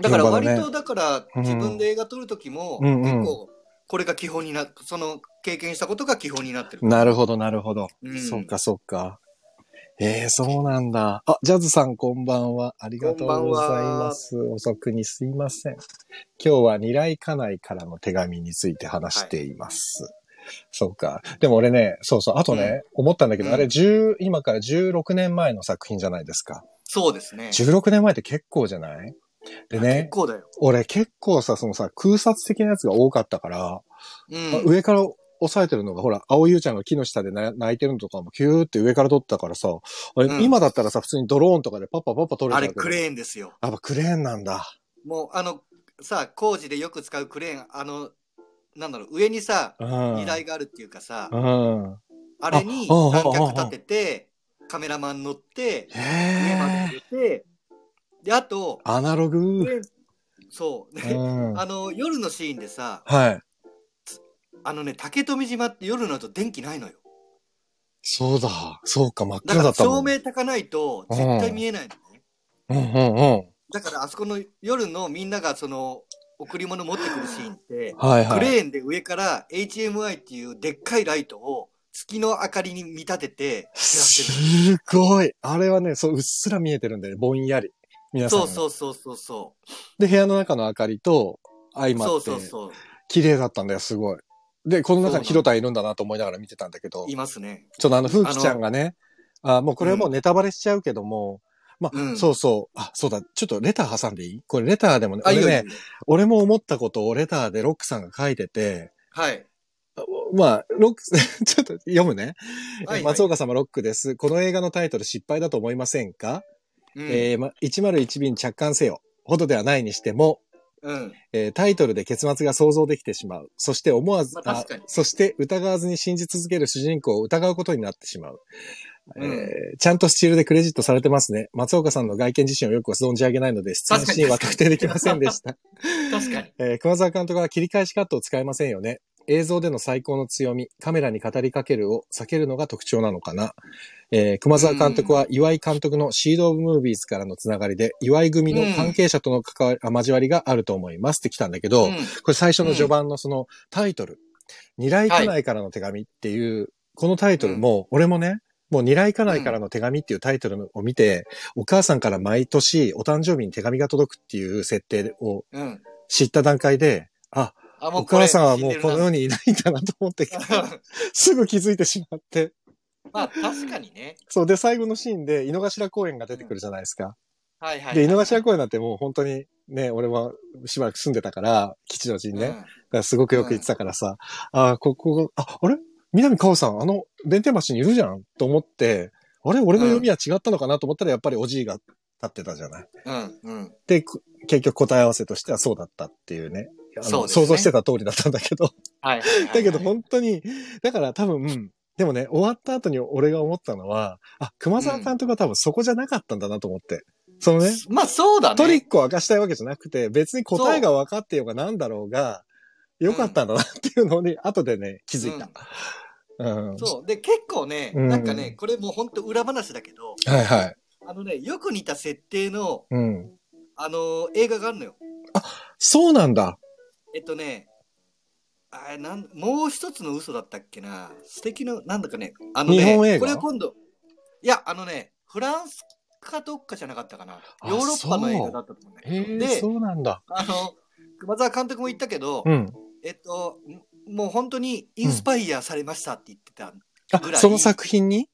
B: だから割
A: 現場だ
B: と、だから
A: うん
B: 自分で映画撮るときも、
A: うんうん
B: 結構、これが基本にな、その経験したことが基本になってる。
A: なるほど、なるほど。
B: うん
A: そっか、そっか。ええそうなんだ。あ、ジャズさんこんばんは。ありがとうございます。遅くにすいません。今日は二来家内からの手紙について話しています。そうか。でも俺ね、そうそう、あとね、思ったんだけど、
B: うん
A: あれ10、今から16年前の作品じゃないですか。
B: そうですね。
A: 16年前って結構じゃないで
B: 結
A: ね、
B: 構だよ。
A: 俺結構さ、そのさ、空撮的なやつが多かったから、
B: うん。
A: まあ上から押さえてるのが、ほら、青ゆうちゃんが木の下でな泣いてるのとかも、キューって上から撮ったからさ、あれ
B: うん
A: 今だったらさ、普通にドローンとかでパッパパッパ撮れ
B: あ
A: た
B: れク
A: ーン。
B: レーンですよ。
A: やっぱクレーンなんだ。
B: もうあの、さ、工事でよく使うクレーン、あの、なんだろう、上にさ、
A: うん。
B: 荷台があるっていうかさ、
A: うん。
B: あれに
A: あああ
B: 三脚立てて、カメラマン乗って、上ま
A: へ
B: で
A: え。
B: 入れて、で、あと、
A: アナログ。
B: でそう、
A: う
B: で
A: ん。は
B: あの、夜のシーンでさ、
A: い。
B: あのね、竹富島って夜になると電気ないのよ。
A: そうだ。そうか、真っ暗
B: だか
A: だ
B: ら
A: ったも
B: 照
A: ん。
B: 明焚かないと絶対見えないのね。
A: うんうんうん。
B: だからあそこの夜のみんながその、贈り物持ってくるシーンって、
A: はい
B: ク
A: はい。
B: レーンで上から HMI っていうでっかいライトを月の明かりに見立ててやってる。
A: すごい。あれはね、そう、うっすら見えてるんだよ。ぼんやり。皆さんが。
B: そうそうそうそうそ
A: で、部屋の中の明かりと相
B: う。
A: ま
B: そう
A: って
B: そう、そう。
A: 綺麗だったんだよ、すごい。で、この中に
B: そう
A: ヒロタいるんだなと思いながら見てたんだけど
B: い、ますね。
A: ちょっとあの、風紀ちゃんがね、あもうこれはもうネタバレしちゃうけども、まあ、
B: うん
A: そうそう、あ、そうだ、ちょっとレター挟んでいいこれレターでもね、
B: あ、いい
A: 俺
B: よいい
A: ね
B: よ。
A: 俺も思ったことをレターでロックさんが書いてて、
B: はい。
A: まあ、ロック、 ちょっと読むね。
B: はい
A: 松岡様ロックです。この映画のタイトル失敗だと思いませんか、
B: うん
A: えーま、101便着艦せよ。ほどではないにしても、
B: うん。
A: えータイトルで結末が想像できてしまう。そして思わず、
B: まあ確かに
A: そして疑わずに信じ続ける主人公を疑うことになってしまう。
B: うん
A: えーちゃんとスチールでクレジットされてますね。松岡さんの外見自身をよく存じ上げないので、出演シーンは確定できませんでした。
B: 確かに。
A: えー熊沢監督は切り返しカットを使いませんよね。映像での最高の強み、カメラに語りかけるを避けるのが特徴なのかな。えー熊沢監督は岩井監督のシード・オブ・ムービーズからのつながりで、岩井組の関係者との関わり、あ交わりがあると思いますって来たんだけど、
B: うん
A: これ最初の序盤のそのタイトル、二来家内からの手紙っていう、このタイトルも、俺もね、もう二来家内からの手紙っていうタイトルを見て、お母さんから毎年お誕生日に手紙が届くっていう設定を
B: うん。
A: 知った段階で、あ、
B: あ、も
A: お
B: うこれ
A: 母さんはもうこの世
B: 死ん
A: にいないんだなと思 って、
B: でるな
A: すぐ気づいてしまって。
B: まあ、確かにね。
A: そう、で、最後のシーンで井の頭公園が出てくるじゃないですか。
B: はいはい。
A: で、井の頭公園なんてもう本当に、ね、俺はしばらく住んでたから、吉祥寺にね。だからすごくよく言ってたからさ、ああ、ここ、あ、あれ南かおさん、あの、弁天橋にいるじゃんと思って、あれ俺の読みは違ったのかなと思ったら、やっぱりおじいが立ってたじゃない。
B: うん。うん。うん。
A: で、く結局答え合わせとしてはそうだったっていうね。あの
B: そうですね
A: 想像してた通りだったんだけど。
B: はいはいはいはい。
A: だけど本当に、だから多分、うんでもね、終わった後に俺が思ったのは、あ、熊沢監督は多分そこじゃなかったんだなと思って。そのね、
B: まあ、そうだね。
A: トリックを明かしたいわけじゃなくて、別に答えが分かってようが何だろうが、
B: ん
A: よかったんだなっていうのに、後でね、気づいた。うん。
B: そう。で、結構ね、
A: うん
B: なんかね、これもう本当裏話だけど、
A: はいはい。
B: あのね、よく似た設定の、
A: うん。
B: あのー映画があるのよ。
A: そうなんだ。
B: えっとね、あれなんもう一つの嘘だったっけな。素敵な、なんだかね、あのね、
A: 日本映画
B: これは今度、いや、あのね、フランスかどっかじゃなかったかな。
A: あ
B: ヨーロッパの映画だったと思うんだけ
A: へ
B: ど。
A: え、
B: で
A: そ、うなんだ。
B: あの、熊沢監督も言ったけど、
A: うん。
B: えっと、もう本当にインスパイアされましたって言ってたぐらい、
A: あ、その作品に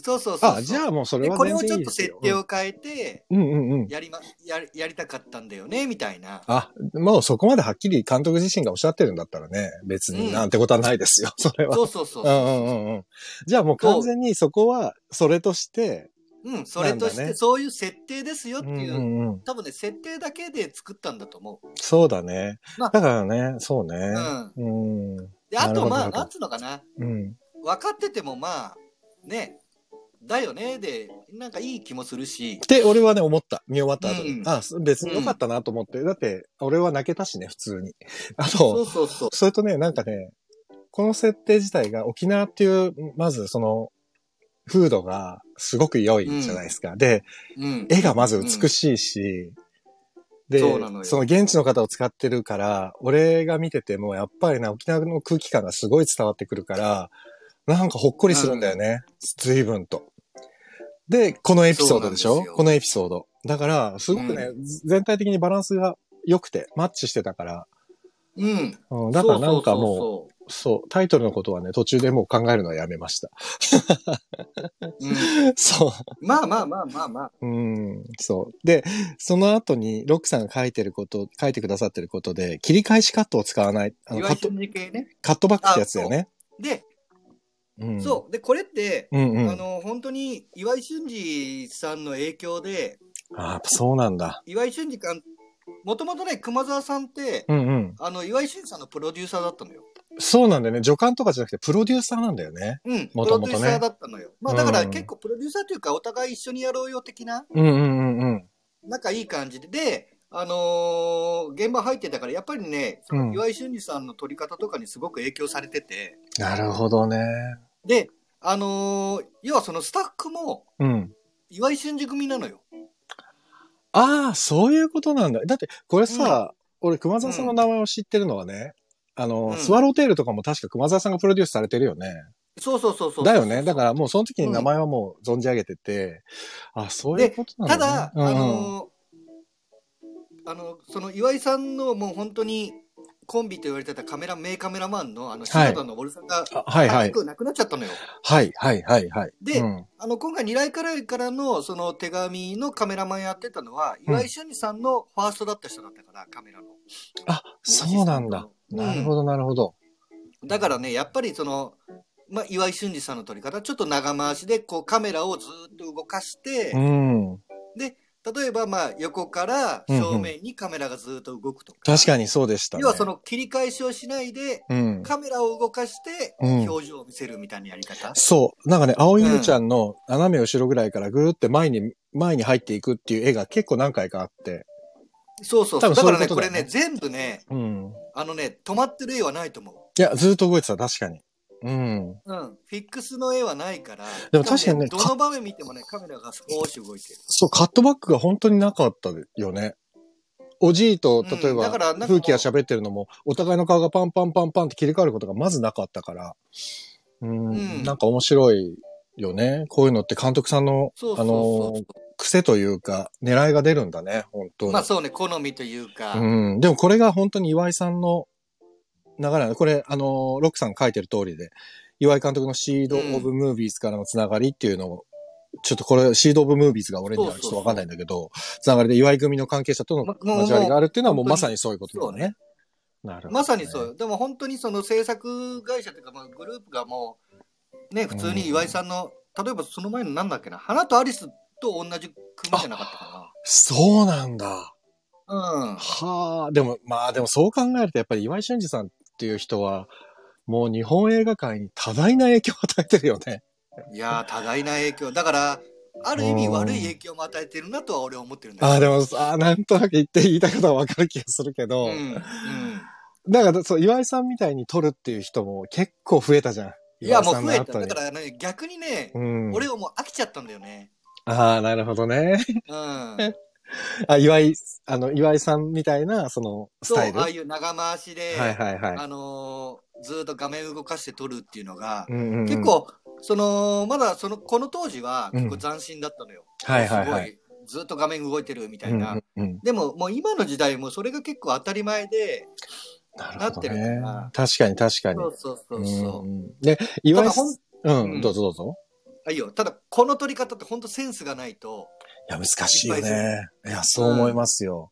B: そうそうそうそう。
A: あ、じゃあもうそれ
B: で
A: は
B: これ
A: 全
B: をち
A: 然
B: ょ
A: い
B: っ
A: いで
B: と
A: す
B: 設
A: よ。
B: 定を変えて、
A: うんうんうんうん。
B: やりま、やり、やりたかったんだよね、みたいな。
A: あ、もうそこまではっきり監督自身がおっしゃってるんだったらね、別になんてことはないですよ、それは。
B: そうそうそう
A: う
B: そ
A: んうんうんうん。じゃあもう完全にそこは、それとして、
B: う。うん、それとし
A: なんだね
B: て、そういう設定ですよっ
A: う
B: て
A: んう
B: いう、
A: んうん。
B: 多分ね、設定だけで作ったんだと思う。
A: そうだね。
B: ま
A: だ
B: あ
A: からね、そうね。
B: う
A: うん。
B: ん。で、
A: なる
B: あ
A: ほ
B: と、
A: ど
B: ま
A: なるほ
B: あ、
A: ど
B: なんつうのかな。
A: うん。
B: 分かってても、まあ、ね、だよね、で、なんかいい気もするし
A: っ。て、俺はね、思った。見終わった後に。
B: うん
A: あ、別に良かったなと思って。だって、俺は泣けたしね、普通に。 あと
B: そう、そうそう。
A: それとね、なんかね、この設定自体が沖縄っていう、まずその、風土がすごく良いじゃないですか。で、
B: うん。
A: 絵がまず美しいし、で
B: そうなのよ
A: その現地の方を使ってるから、俺が見ててもやっぱりな、沖縄の空気感がすごい伝わってくるから、なんかほっこりするんだよね。随分と。で、このエピソードでし
B: そうな
A: ょ
B: んですよ
A: このエピソード。だから、すごくね、全体的にバランスが良くて、マッチしてたから、
B: うん。
A: うん、だからなんかもう、
B: そ
A: そう、タイトルのことはね、途中でもう考えるのはやめました。
B: うそうそう。
A: そ
B: うん。まあまあまあまあまあ。
A: う。うん、そう。で、その後に、ロックさんが書いてること、書いてくださってることで、切り返しカットを使わない、あ
B: い
A: の
B: わ
A: カ
B: ゆ
A: ット
B: る、事件ね。
A: カットバックってやつだよね。
B: で、
A: うん、
B: そう。で、これって、
A: う。うんうん。
B: あ
A: あ
B: の、本当に岩井俊二さんの影響で、
A: あー、やっぱそうなんだ。
B: 岩井俊二監もともとね、熊沢さんって、
A: うんうん。
B: あの、岩井俊二さんのプロデューサーだったのよ。
A: そうなんだよね。助監とかじゃなくて、プロデューサーなんだよね。
B: うん、プ
A: 元
B: ロ
A: 々ね
B: デューサーだったのよ。まあ、だか
A: う
B: ら
A: ん
B: 結構プロデューサーというか、お互い一緒にやろうよ的な、
A: うんうんうんうん。
B: 仲いい感じで、で、あのー現場入ってたから、やっぱりね、
A: うん
B: 岩井俊二さんの撮り方とかにすごく影響されてて、
A: なるほどね。
B: で、あのー要はそのスタッフも
A: うん。
B: 岩井俊二組なのよ。
A: ああ、そういうことなんだ。だって、これさ、俺、熊沢さんの名前を知ってるのはね、あの、
B: うん
A: スワローテールとかも確か熊沢さんがプロデュースされてるよね。
B: そうそうそうそう。、
A: だよね。だかららもうその時に名前はもう存じ上げてて、あ、そういうことなん
B: た
A: だ、ね
B: だ、。
A: うん
B: あ
A: うん
B: のーあのその岩井さんのもう本当にコンビと言われてたカメラ名カメラマンのあ
A: は
B: の
A: い
B: 篠田昇さんが、
A: あはいはい
B: 結。構亡くなっちゃったのよ。
A: はいはいはいはい。
B: で
A: うん
B: あの今回二来からからのその手紙のカメラマンやってたのは、
A: うん
B: 岩井俊二さんのファーストだった人だったからカメラの。
A: あ、そうなんだ。
B: うん
A: なるほどなるほど。
B: だからねやっぱりその、まあ、岩井俊二さんの撮り方ちょっと長回しでこうカメラをずっと動かして、
A: うん。
B: で例えばまあ横から正面にカメラがずっと動くとか、
A: 確かにそうでした、ね。
B: 要はその切り返しをしないで、
A: うん。
B: カメラを動かして、
A: うん
B: 表情を見せるみたいなやり方。
A: そう。なんかね、青いゆうちゃんの斜め後ろぐらいからぐーって前に、前に入っていくっていう絵が結構何回かあって。
B: そうそう
A: 多
B: そう。
A: 分
B: だ
A: そういう
B: から
A: こ
B: ね、
A: と
B: こ
A: だよ
B: れ
A: ね
B: ね、全部ね、
A: うん。
B: あのね、止まってる絵はないと思
A: いや、ずっと動いてた、確かに。うん。
B: う。うん。フィックスの絵はないから。
A: でも確かにね
B: 多分どの場面見てもね、カメラが少し動いてる。
A: そう、カットバックが本当になかったよね。おじいと、
B: うん
A: 例えば、
B: だからなんかも
A: 風
B: う
A: 紀が喋ってるのも、お互いの顔がパンパンパンパンって切り替わることがまずなかったから、うん、
B: うん
A: なんか面白いよね。こういうのって監督さんの、
B: そう
A: あ
B: そう
A: の
B: そ
A: ー、癖というか、狙いが出るんだね、本当
B: う。
A: に。
B: まあそうね、好みというか。
A: うん。でもこれが本当に岩井さんの流れなの。これ、あのー、ロックさんが書いてる通りで、岩井監督のシード・オブ・ムービーズからのつながりっていうのを、ちょっとこれ、シード・オブ・ムービーズが俺にはちょっとわかんないんだけど、つながりで岩井組の関係者との
B: まもう
A: 交わりがあるっていうのはもう
B: もう
A: まさにそういうことだよね。なるほどね
B: まさにそうよ。でも本当にその制作会社というか、まあ、グループがもう、ね、普通に岩井さんの、例えばその前のなんだっけな、花とアリスと同じ組じゃなかったか
A: そうなんだ。
B: な。うん。
A: はあ、でも、まあでもそう考えるとやっぱり岩井俊二さんっていう人は、もう日本映画界に多大な影響を与えてるよね。
B: いやー、多大な影響。だから、ある意味
A: うん
B: 悪い影響も与えてるなとは俺は思ってるんだ
A: ああ、
B: よ。
A: でも、ああ、なんとなく言って言いたいことはわかる気がするけど、
B: うん、 うん。
A: だから、そう、岩井さんみたいに撮るっていう人も結構増えたじゃん。
B: いや、
A: 岩井
B: もう
A: さんの
B: 増え
A: 後
B: た。
A: に
B: だからね、逆にね、
A: うん。
B: 俺はもう飽きちゃったんだよね。
A: ああ、なるほどね。
B: うん。
A: あ、岩井、あの、岩井さんみたいな、その、 ス
B: そう、
A: タイル。
B: ああ
A: はい
B: いう長回しで、
A: はいは
B: あのーずーっと画面動かして撮るっていうのが
A: い。、うんうんうん
B: 結、構、その、まだその、この当時は
A: うん
B: 結構斬新だったのよ。
A: はいはいはい。
B: すごい、ずーっと画面動いてるみた
A: う
B: い
A: ん
B: な。
A: うんうん
B: でも、もう今の時代もそれが結構当たり前で、
A: なるほど
B: なって
A: ね
B: るから。
A: 確かに確かに
B: そ。うそうそうそう。
A: んんで、岩井
B: ただ
A: さん
B: ほん、
A: う、
B: うんん
A: どうぞどうぞ。
B: あいいよ。ただ、この撮り方って本当センスがないと、
A: いや、難しいよね。いや、そう思いますよ。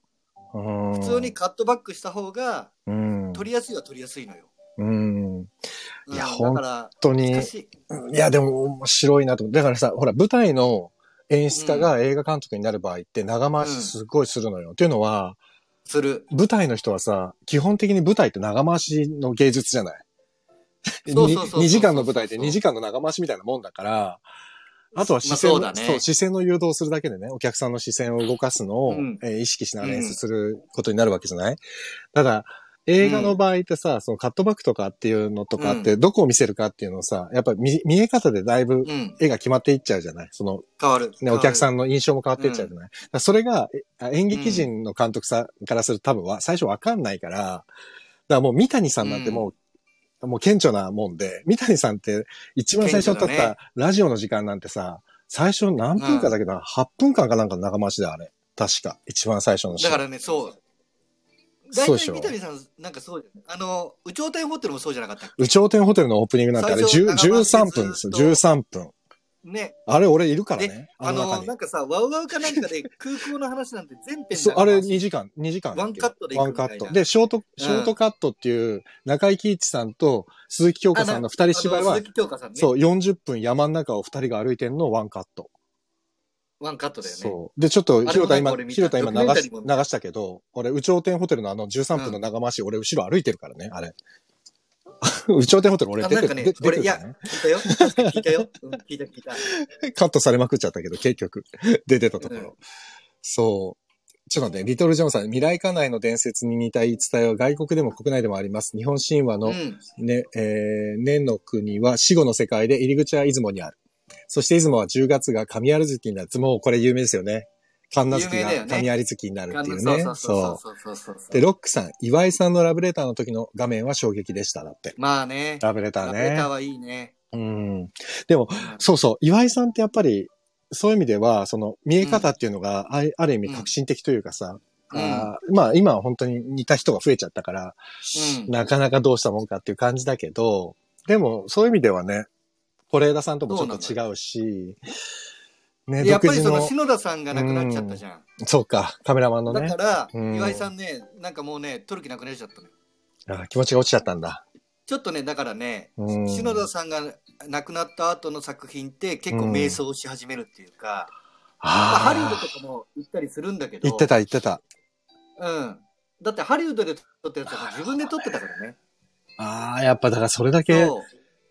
A: うん。
B: 普通に、カットバックした方が、
A: うん。
B: 撮りやすいは撮りやすいのよ。
A: うん。
B: うん
A: いや
B: だから、
A: 本当に
B: 難、しい。
A: いや、でも面白いなと思う。だからさ、ほら、舞台の演出家が映画監督になる場合って長回しすごいするのよ。っていうのは、
B: する。
A: 舞台の人はさ、基本的に舞台って長回しの芸術じゃない
B: そうそうそうそう
A: に ?2 時間の舞台って2時間の長回しみたいなもんだから、あとは視線,、
B: まあそうだね
A: 視線の誘導するだけでね、お客さんの視線を動かすのを、
B: うん
A: えー意識しながら演出することになるわけじゃない、ただ、映画の場合ってさ、そのカットバックとかっていうのとかって、どこを見せるかっていうのをさ、やっぱ見見え方でだいぶ
B: うん。
A: 絵が決まっていっちゃうじゃないその
B: 変わる。
A: ね、お客さ
B: ん。
A: んの印象も変わってっちゃうじゃない、だからそれが、えあ演劇人の監督さんからすると多分わ、最初わかんないから、だからもう三谷さんなんてもう、もう顕著なもんで、三谷さんって一番最初に撮っ
B: 顕著だ
A: たラジオの時間なんてさ、最初何分かだけど、8分間かなんかの長回しだよ、あれ。確か。一番最初のシー
B: だ
A: ン
B: からね、そう。
A: そうで
B: 大
A: し
B: 体
A: ょ
B: 三谷さん、なんかそうじゃないあの、宇宙天ホテルもそうじゃなかったっ
A: 有頂天ホテルのオープニングなんてあれ
B: 最
A: 10
B: 初
A: 13分ですよ、
B: 長回しず
A: 13分。
B: けね。
A: あれ俺いるから
B: で
A: ね、、
B: あ
A: あの中
B: の、
A: に
B: なん。かさ、ワウワウかなんかで空港の話なんて全編
A: そう、
B: だ
A: あ
B: から
A: れ2時間、2時間だっけ。
B: ワンカットで行
A: ワ
B: く
A: ン
B: み
A: カ
B: たいな
A: ット。で、ショート、ショートカットっていう、中井貴一さんと鈴木京香さんの二人芝居
B: あの
A: は、
B: 鈴木京香さんね。
A: そう、40分山の中を二人が歩いてんのをワンカット。
B: ワンカットだよね。
A: そう。で、ちょっと、ひろた今、
B: あれもなんか俺見た
A: ひろた今流
B: ドキュメンタリ
A: し
B: ーも見
A: 流
B: た
A: したけど、俺、宇頂天ホテルのあの13分の長回し、俺、後ろ歩いてるからね、あれ。 宇頂天ホテル俺
B: あ
A: 出
B: なん
A: て
B: か
A: る、
B: ね
A: 出出てる
B: 俺いや
A: からね。
B: 聞いたよ。確かに聞いたよ。うん、聞いた聞いた。
A: カットされまくっちゃったけど、結局、 出てたところ。
B: うん
A: そう。ちょっと待って、リトル・ジョンさん、未来家内の伝説に似た言い伝えは外国でも国内でもあります。日本神話
B: う
A: の
B: ん。
A: ね、えー年の国は死後の世界で入り口は出雲にある。そして出雲は10月が神有月になる。もうこれ有名ですよね。神無月
B: 有名だよ
A: が
B: ね
A: 神有月になるっていうね
B: そ。うそうそうそうそうそう
A: う。で、ロックさん、岩井さんのラブレターの時の画面は衝撃でした。だって。
B: まあね。
A: ラブレタ
B: ラ
A: ー
B: ブレター
A: ね。
B: はいいね。
A: うん。でも、そうそう。岩井さんってやっぱり、そういう意味では、その見え方っていうのが、あいある意味革新的というかさ、
B: うん
A: あーまあ今は本当に似た人が増えちゃったから、
B: うん
A: なかなかどうしたもんかっていう感じだけど、でもそういう意味ではね、是枝さんともちょっと違うし、ね、
B: でやっ
A: 独
B: ぱり
A: 自
B: その
A: の、
B: 篠田さんが亡くなっちゃったじゃん。
A: そうか、カメラマンの
B: だ
A: ね
B: か、ら、
A: うん
B: 岩井さんね、なんかもうね、取る気なくなっちゃったのよ。
A: あー気持ちが落ちちゃったんだ。
B: ちょっとね、だからね、
A: うん
B: 篠田さんが亡くなった後の作品って結構迷走し始めるっていうか、まあハリウッド
A: あ
B: とかも行ったりするんだけ
A: ー
B: ど、
A: 言ってた言ってた。
B: うん。だってハリウッドで撮ったやつは自分で撮ってたからね。
A: ああ、やっぱだからそれだけ
B: そう。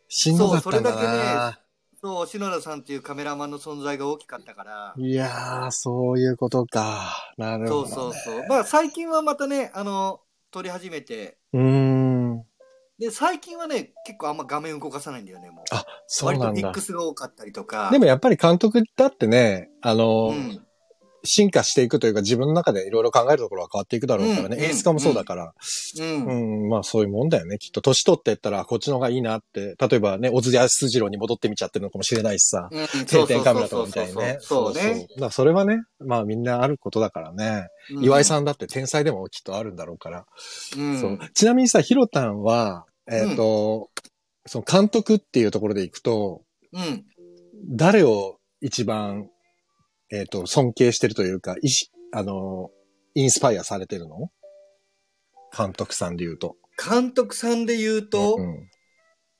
A: しんどかったんだ
B: そうそれだ
A: な。
B: そう、篠田さんっていうカメラマンの存在が大きかったから。
A: いやー、そういうことか。なる
B: そ
A: ほど、
B: う
A: ね。
B: そうそう。まあ最近はまたね、あの、撮り始めて。
A: うーん。
B: で、最近はね、結構あんま画面動かさないんだよね、もう。
A: あ、そうな
B: 割と
A: ん
B: ミッ
A: だ
B: ク。スが多かったりとか。
A: でもやっぱり監督だってね、あの、
B: うん、
A: 進化していくというか自分の中でいろいろ考えるところは変わっていくだろうからね。
B: うん
A: 演出家もそうだから。
B: うん
A: う。ん、まあそういうもんだよね。きっと年取ってったらこっちの方がいいなって、例えばね、小津安二郎に戻ってみちゃってるのかもしれないしさ。
B: うん
A: 定点カメラとかみたいにね。
B: そうそうそうそうそう
A: だ
B: ね。
A: からそれはね、まあみんなあることだからね。
B: う
A: 岩井さんだって天才でもきっとあるんだろうから。
B: ん、うん、
A: そうちなみにさ、ヒロタンは、えっ、と、その監督っていうところでいくと、
B: うん。
A: 誰を一番、えっ、と、尊敬してるというか、いし、あの、インスパイアされてるの監督さんで言うと。
B: 監督さんで言うと、
A: うん。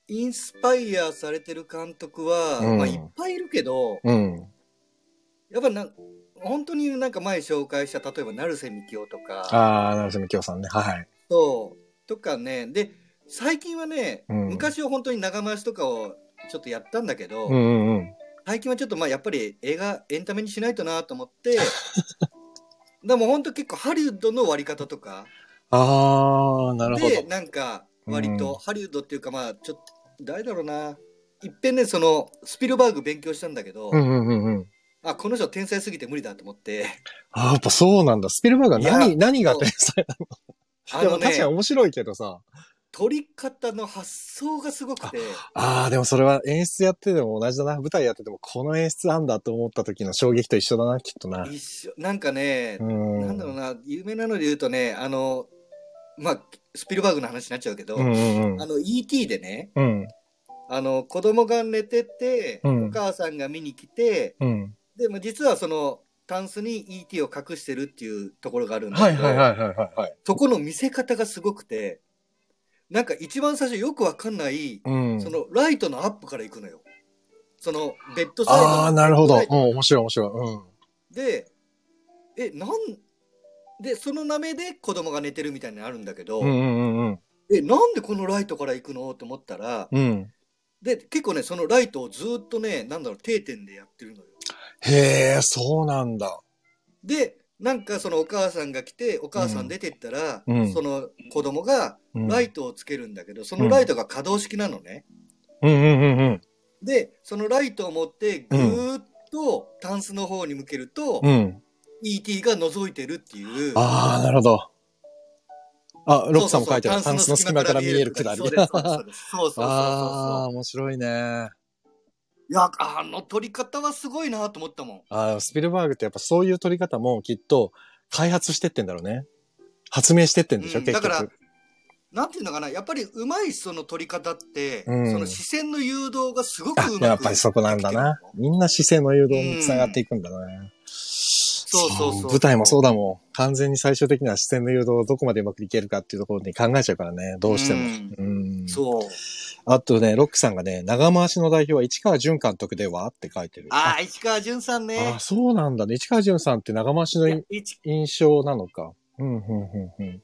B: インスパイアされてる監督は、
A: うん
B: まあいっぱいいるけど、
A: うん。
B: やっぱな、本当になんか前紹介した、例えば成瀬幹雄とか、
A: ああ、なるほど、京さんね。はい。
B: そう、とかね、で、最近はね、
A: うん
B: 昔は本当に長回しとかをちょっとやったんだけど、
A: うんうんうん。
B: 最近はちょっとまあやっぱり映画エンタメにしないとなと 思って、でも本当結構ハリウッドの割り方とか、
A: ああ、なるほ
B: で
A: ど。
B: なんか割
A: うん
B: とハリウッドっていうかまあちょっと誰だろうないっぺんねそのスピルバーグ勉強したんだけど、
A: うんうんうんうん。
B: あこの人天才すぎて無理だと 思って
A: ああ、やっぱそうなんだ。スピルバーグはい何、
B: や
A: 何が天 才
B: あ
A: でも
B: の
A: 確か
B: ね
A: に面白いけどさ。
B: 撮り方の発想がすごくて
A: ああ、でもそれは演出やってても同じだな。舞台やっててもこの演出あんだと思った時の衝撃と一緒だな、きっとな。
B: 一緒なんかね、
A: うん。
B: なんだろうな有名なので言うとねあのまあスピルバーグの話になっちゃうけど、
A: うんうんうん
B: あの E.T. でね
A: うん。
B: あの、子供が寝てて、
C: うん
B: お母さんが見に来て、
C: うん。
B: でも実はその、タンスに ET を隠してるっていうところがあるんだ
C: は
B: け
C: い
B: ど、
C: はいはいはいはい。
A: はい。
B: そこの見せ方がすごくて、なんか一番最初よくわかんない、
C: うん。
B: そのライトのアップから行くのよ。その、ベッドサイドの
A: ああ、なるほど。
B: は
A: う
B: い
A: ん、面白い面白い。うん。
B: で、え、なん、で、そのなめで子供が寝てるみたいになるんだけど、
C: うんうんうん
B: え、なんでこのライトから行くのと思ったら、
C: うん。うん。
B: で、結構ね、そのライトをずっとね、なんだろう、定点でやってるのよ。
A: へえ、そうなんだ。
B: で、なんかそのお母さんが来て、お母さん出てったら、
C: うんうん
B: その子供が
C: うん
B: ライトをつけるんだけど、そのライトが可動式なのね。
C: うんうんうんうん。
B: で、そのライトを持ってぐーっとタンスの方に向けると、
C: うん。
B: ET が覗いてるっていう。
A: ああ、なるほど。あ、ロックさんも書いてある。
B: そ
A: タ
B: う
A: ン
B: そう
A: ス
B: そ
A: の隙
B: う
A: 間から見えるくだり。
B: そうですそうですそうですそうそうそ う
A: ああ、
B: そ
A: 面白いね。
B: う。いや、あの撮り方はすごいなと思ったもん。
A: ああ、スピルバーグってやっぱそういう撮り方もきっと開発してってんだろうね。発明してってんでしょ、
B: うん
A: 結
B: だ
A: 局。
B: からなんていうのかな、やっぱりうまいその撮り方って、
A: うん
B: その視線の誘導がすごくうまく
A: あやっぱりそこなんだな。みんな姿勢の誘導につながっていくんだな。
B: そうそうそう
A: 舞台もそうだもん。完全に最終的には視線の誘導をどこまでうまくいけるかっていうところに考えちゃうからね、どうしても。うん
B: そう。
A: あとね、ロックさんがね、長回しの代表は市川淳監督ではって書いてる。
B: ああ、市川淳さんね
A: あ、。そうなんだね。市川淳さんって長回しの
B: いや
A: い
B: 市
A: 印象なのか。うん、うん、うん、うん。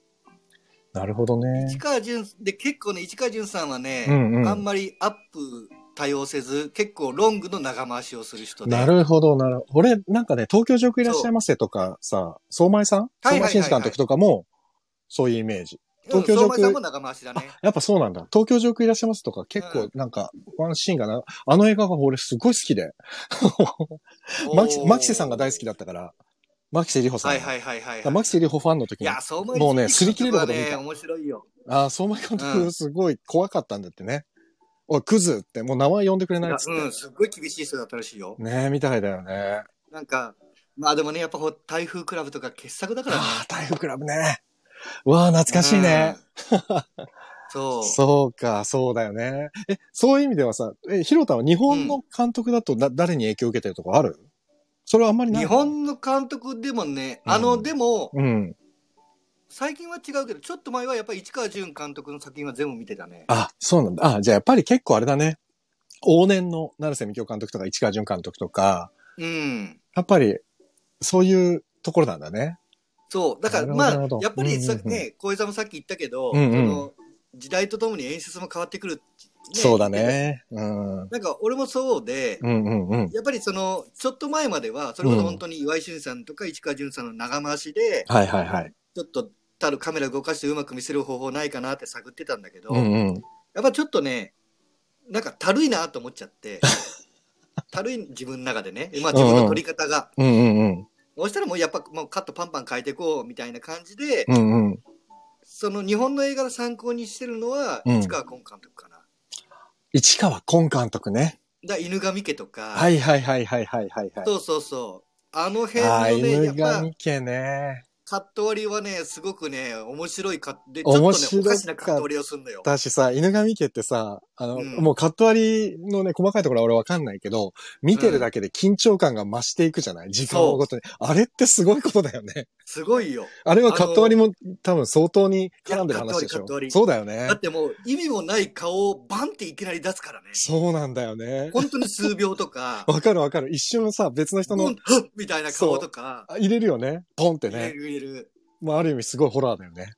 A: なるほどね
B: 市。川淳、で、結構ね、市川淳さんはね、
A: うんうん
B: あんまりアップ多用せず、結構ロングの長回しをする人で。
A: なるほど、なるほど。俺、なんかね、東京上空いらっしゃいませとかさ、相米さん
B: いはい
A: 相
B: はいは
A: 米真
B: い
A: 司監督とかも、そういうイメージ。
B: うん
A: 東京上
B: 相馬
A: 空
B: さんも長回しだね。
A: やっぱそうなんだ。東京上空いらっしゃいますとか結
B: う
A: 構なんか、ワンシーンがな、あの映画が俺すごい好きで。マキ
B: おー
A: マキセさんが大好きだったから、マキセリホさん
B: は
A: が。
B: いはいはいはい、
A: だからマキセリホファンの時
B: い
A: に、
B: や、そう思い
A: もうね擦り切れるほど見た
B: ね、面白いよ。
A: ああ、相馬監
B: う
A: 督
B: ん
A: すごい怖かったんだってね。おい、クズって、もう名前呼んでくれないっつっ
B: うん、すっごい厳しい人だったらしいよ
A: て。。ねえ、みたいだよね。
B: なんか、まあでもね、やっぱほ台風クラブとか傑作だからね。
A: ああ、台風クラブね。うわあ、懐かしいね。
B: うん。そう。
A: そうか、そうだよね。え、そういう意味ではさ、え、ヒロタは日本の監督だとだ、誰に影響を受けてるとかあるそれはあんまりない。
B: 日本の監督でもね、
A: うん
B: あの、でも、
A: うん。
B: 最近は違うけど、ちょっと前はやっぱり市川淳監督の作品は全部見てたね。
A: あ、そうなんだ。あ、じゃあやっぱり結構あれだね。往年の成瀬美京監督とか市川淳監督とか、
B: うん。
A: やっぱりそういうところなんだね。
B: そう。だから、ま
A: なるほどなるほど、
B: あやっぱりさ
A: うんうんうん
B: ね、小江さんもさっき言ったけど、
A: うんうん
B: その時代とともに演出も変わってくるって、
A: そうだ。ね。うん。うん
B: なんか、俺もそうで、
A: うんうん。
B: やっぱりその、ちょっと前までは、それこそ本当に岩井俊さんとか市川淳さんの長回しで、
A: はいはいはい。
B: ちょっと、たるカメラ動かしてうまく見せる方法ないかなって探ってたんだけど、
A: うんうん。
B: やっぱちょっとね、なんかたるいなと思っちゃ って、たるい自分の中でね、まあ自分の取り方が。
A: うんうんうん。
B: そしたらもうやっぱもうカットパンパン変えていこうみたいな感じで、
A: うんうん。
B: その日本の映画を参考にしてるのは、
A: うん
B: 市川崑監督かな。
A: 市川崑監督ね。
B: だ犬神家とか、
A: はいはいはいはいはいはいはい。
B: そうそうそう。あの辺
A: ああ、
B: のね、や
A: 犬
B: っぱ
A: 神家ね。
B: カット割りはね、すごくね、面白いカットで、ちょっ
A: 面
B: と
A: 白
B: ね、お
A: かった
B: かしなカット割りをするのよ。
A: 私さ、犬神家ってさ、あの、
B: うん
A: もうカット割りのね、細かいところは俺わかんないけど、見てるだけで緊張感が増していくじゃない時間をごとに。あれってすごいことだよね。
B: すごいよ。
A: あれはカット割りも多分相当に絡んでる話でし
B: いや
A: ょ
B: カット割りカット割。り
A: そうだよね
B: だっ。てもう意味もない顔をバンっていきなり出すからね。
A: そうなんだよね。
B: 本当に数秒 とか、
A: わかるわかる。一瞬さ、別の人
B: うん
A: の
B: ふっみたいな顔とか、
A: あ入れるよね。ポンって
B: 入れ
A: ね。
B: る入れる。
A: まあある意味すごいホラーだよね。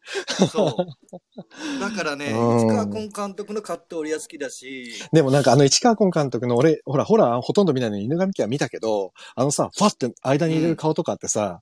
B: そう。だからね、市
A: うん
B: 川崑監督のカット折りは好きだし、
A: でもなんかあの市川崑監督の俺、ほら、ホラーほとんど見ないのに犬神家は見たけど、あのさ、ファって間に入れる顔とかってさ、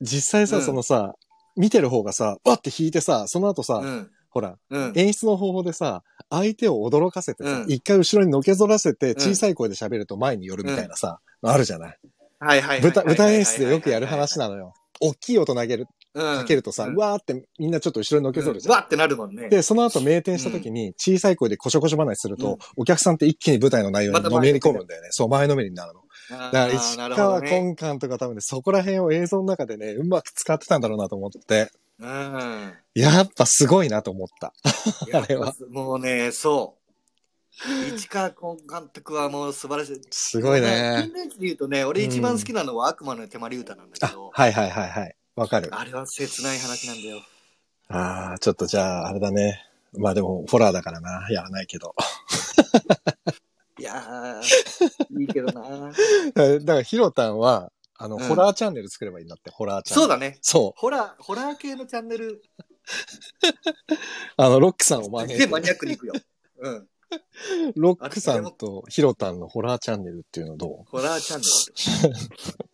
A: 実際さ、
B: うん
A: そのさ、見てる方がさ、わって引いてさ、その後さ、
B: うん。
A: ほら、
B: うん。
A: 演出の方法でさ、相手を驚かせてさ、
B: うん
A: 一回後ろにのけぞらせて、
B: ん
A: 小さい声で喋ると前に寄るみたいなさ、あるじゃない
B: はいはいはいはいはいはい。
A: 舞台、舞台演出でよくやる話なのよ。大きい音投げる、
B: うん。
A: かけるとさ、
B: うん
A: うわーってみんなちょっと後ろにのけぞるじゃん
B: うんわってなるもんね。
A: で、その後名店した時に小さい声でこしょこしょ話すると、お客さんって一気に舞台の内容にのめり込むんだよね。そう、前のめりになるの。だ
B: あー
A: から石
B: なるほど
A: 川
B: ね
A: 根監とか多分ね、そこら辺を映像の中でね、うまく使ってたんだろうなと思って、
B: うん。
A: やっぱすごいなと思った。
B: いや
A: あれは
B: もうね、そ市川崑監督はもう素晴らしい。
A: すごい
B: イ
A: ね。
B: メージで言うとね、俺一番好きなのは悪魔の手まり歌なんだ
A: あ
B: けど、、
A: はいはいはいはい。わかる。
B: あれは切ない話なんだよ。
A: ああ、ちょっとじゃあ、あれだね。まあでも、ホラーだからな。やらないけど。
B: い やー、いいけどな。
A: だから、ヒロタンは、あの、
B: うん
A: ホラーチャンネル作ればいいんだって、ホラーチャンネル。
B: そうだね。
A: そ
B: ホラー、ホラー系のチャンネル、
A: う。あの、ロックさんを真
B: す
A: 似
B: げえ
A: し
B: マ
A: て、
B: ニアックに行くよ。うん。
A: ロックさんとヒロタンのホラーチャンネルっていうのど
B: ホラーチャン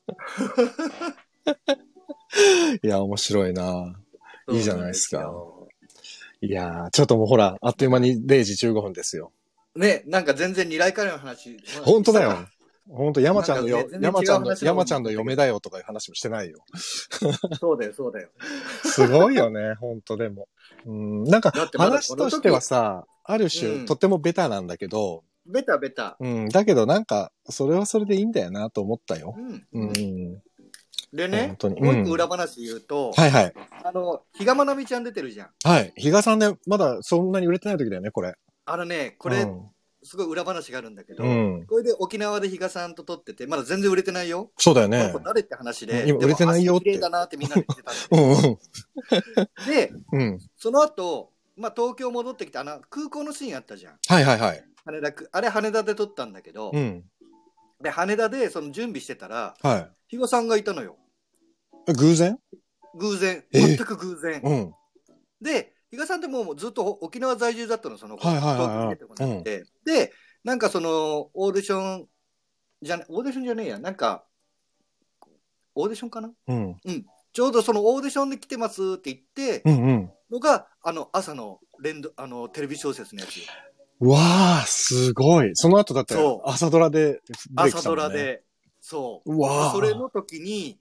B: ネル。
A: ういや、面白いな。いいじゃないですか
B: そうなんで
A: いやー、ちょっともうほら、あっという間に0時15分ですよ。
B: すよ。ね、なんか全然二来からの話。
A: 本当だよ。本当山ちゃんの
B: な
A: よ
B: んか、ね
A: 山
B: 全然違う
A: ちゃん
B: 話だ
A: の、
B: も
A: 山
B: ん
A: ちゃんの嫁だよとかいう話もしてないよ。
B: そうだよ、そうだよ。
A: すごいよね、本当でも。うん、なんか
B: だってまだ
A: 話としてはさ、ある種、
B: うん
A: とってもベタなんだけど、
B: ベタベタ。
A: うん、だけどなんか、それはそれでいいんだよなと思ったよ
B: う。
A: う
B: ん。
A: ん。
B: で
A: 本
B: ね、
A: 当に
B: もう一
A: うん
B: 個裏話言うと、
A: はいはい。
B: あの、比嘉愛未ちゃん出てるじゃん。
A: はい。比嘉さんね、まだそんなに売れてない時だよね、これ。
B: あのね、こ
A: う
B: れ、
A: ん
B: すごい裏話があるんだけど、
A: うん。
B: これで沖縄で比嘉さんと撮ってて、まだ全然売れてないよ。
A: そうだよ
B: こ
A: ね
B: の子。誰って話で。
A: 今売れてないよっ
B: ってて。綺麗だなってみんなで言ってたんだ
A: う
B: け
A: んうん。
B: ど。で、
A: うん。
B: その後、まあ、東京戻ってきて、あの、空港のシーンあったじゃん。
A: はいはいはい。
B: 羽田く、あれ羽田で撮ったんだけど、
A: うん。
B: で、羽田でその準備してたら、
A: は
B: 比嘉さんがいたのよ。
A: い。偶然
B: 偶然。
A: え
B: 全く偶然。
A: うん。
B: で、比嘉さんってもうずっと沖縄在住だったの、その子。
A: はいはいはいはい
B: 東京に出てこなくてで、なんかその、オーディション、じゃね、オーディションじゃねえや、なんか、オーディションかな
A: うん。
B: ちょうどそのオーディションで来てますって言って、
A: うんうん。
B: のが、あの、朝の連動、あの、テレビ小説のやつよ。
A: うわー、すごい。その後だって
B: そ、う
A: 朝ドラでブレイクし
B: 朝
A: たも
B: ド
A: んね
B: ラ。で。そう
A: わ
B: う。
A: ー
B: それの時に、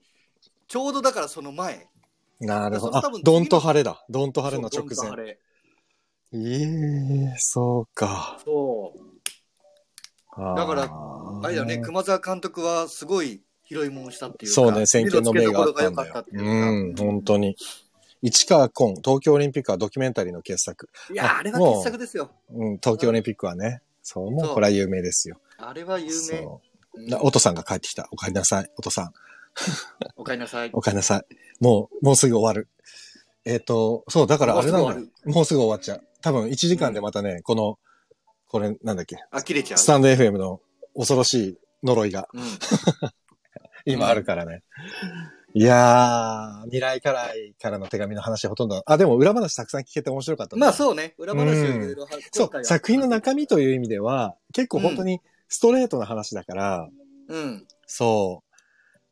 B: ちょうどだからその前。
A: なるほど。
B: そ
A: あ
B: の多分、次の
A: ドンと晴れだ。ドンと晴れの
B: そう
A: 直
B: ドンと
A: 前。
B: 晴れ
A: いえ、そうか。
B: そう。
A: だ
B: から
A: あ
B: あれだよね、熊沢監督はすごい拾いもんしたっていうか。
A: そうね、先見の明があったんだ
B: 目の付けどころが良か
A: よ
B: っ。たっていうか
A: うん、本当に。市川崑、東京オリンピックはドキュメンタリーの傑作。
B: いやー、あれは傑作ですよ。
A: うん、東京オリンピックはね。そう、もう
B: そう
A: これは有名ですよ。
B: あれは有名。
A: そう。
B: うん
A: なおとさんが帰ってきた。おかえりなさい。おとさん、
B: おかえりなさい。
A: おかえりなさい。もう、もうすぐ終わる。えっ、と、そう、だからあれなん
B: もう
A: だ
B: すぐ
A: よ
B: 終。
A: もうすぐ終わっちゃう。多分1時間でまたね、この、これなんだっけ、
B: あ、切れちゃう
A: ス。タンド FM の恐ろしい呪いが
B: うん、
A: 今あるからね。いやー、未来からからの手紙の話はほとんど、あ、でも裏話たくさん聞けて面白かったね
B: まあそうね、裏話をいろいろ。
A: そ
B: 今回
A: う、
B: は
A: 作品の中身という意味では、結構本当にストレートな話だから、
B: うん。
A: そう。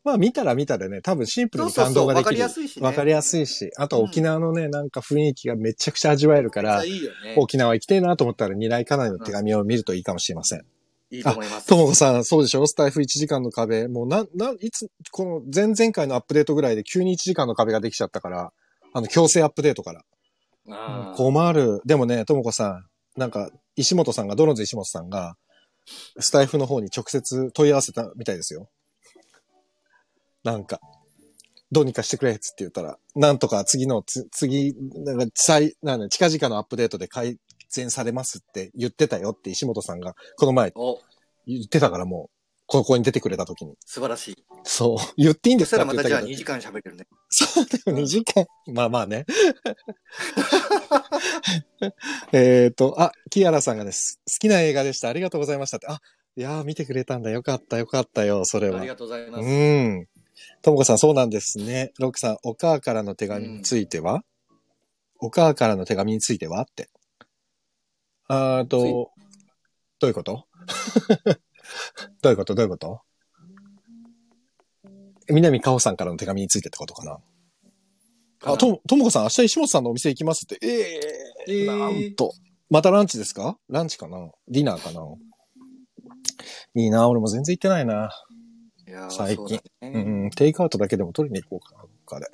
A: まあ見たら見たでね、多分シンプル
B: そう
A: に感
B: そう
A: 動
B: そう、
A: がで
B: わ
A: き
B: かり
A: る
B: や。すいしね。
A: わかりやすいし、あと沖縄のね、なんか雰囲気がめちゃくちゃ味わえるから、
B: いいよね。
A: 沖縄行きたいなと思ったら二来家内の手紙を見るといいかもしれません。
B: いいと思います。
A: ともこさん、そうでしょスタイフ1時間の壁。もうな、な、いつ、この前々回のアップデートぐらいで急に1時間の壁ができちゃったから、あの、強制アップデートから。
B: あー
A: 困る。でもね、ともこさん、なんか、石本さんが、ドロンズ石本さんが、スタイフの方に直接問い合わせたみたいですよ。なんか、どうにかしてくれっつって言ったら、なんとか次のつ、次、なんか、最、なんだ近々のアップデートで改善されますって言ってたよって石本さんが、この前
B: お、
A: 言ってたからもう、ここに出てくれた時に。
B: 素晴らしい。
A: そう。言っていいんで
B: そ
A: す
B: した
A: かっ
B: ら
A: て言っ
B: ま
A: たた
B: じ
A: け
B: ゃあ
A: ど
B: 2。時間喋れるね。
A: そう、でも2時間。まあまあね。えっと、あ、キアラさんがです。好きな映画でした。ありがとうございましたって。あ、いやー、見てくれたんだ。よかった、よかったよ、それ
B: あ
A: は
B: り。がとうございま
A: う
B: す。
A: ん。ともこさん、そうなんですね。ロックさん、お母からの手紙については、お母からの手紙についてはって。あー
B: つい
A: と、どういうこと どういうことどういうこと南かほさんからの手紙についてってことかな。あ、と、ともこさん、明日石本さんのお店行きますって。ええ
B: ええ
A: なんと。またランチですかランチかなディナーかないいな俺も全然行ってないな。
B: いやー
A: 最近
B: そうだ
A: う
B: ね
A: ん、テイクアウトだけでも取りに行こうかな、どっかで。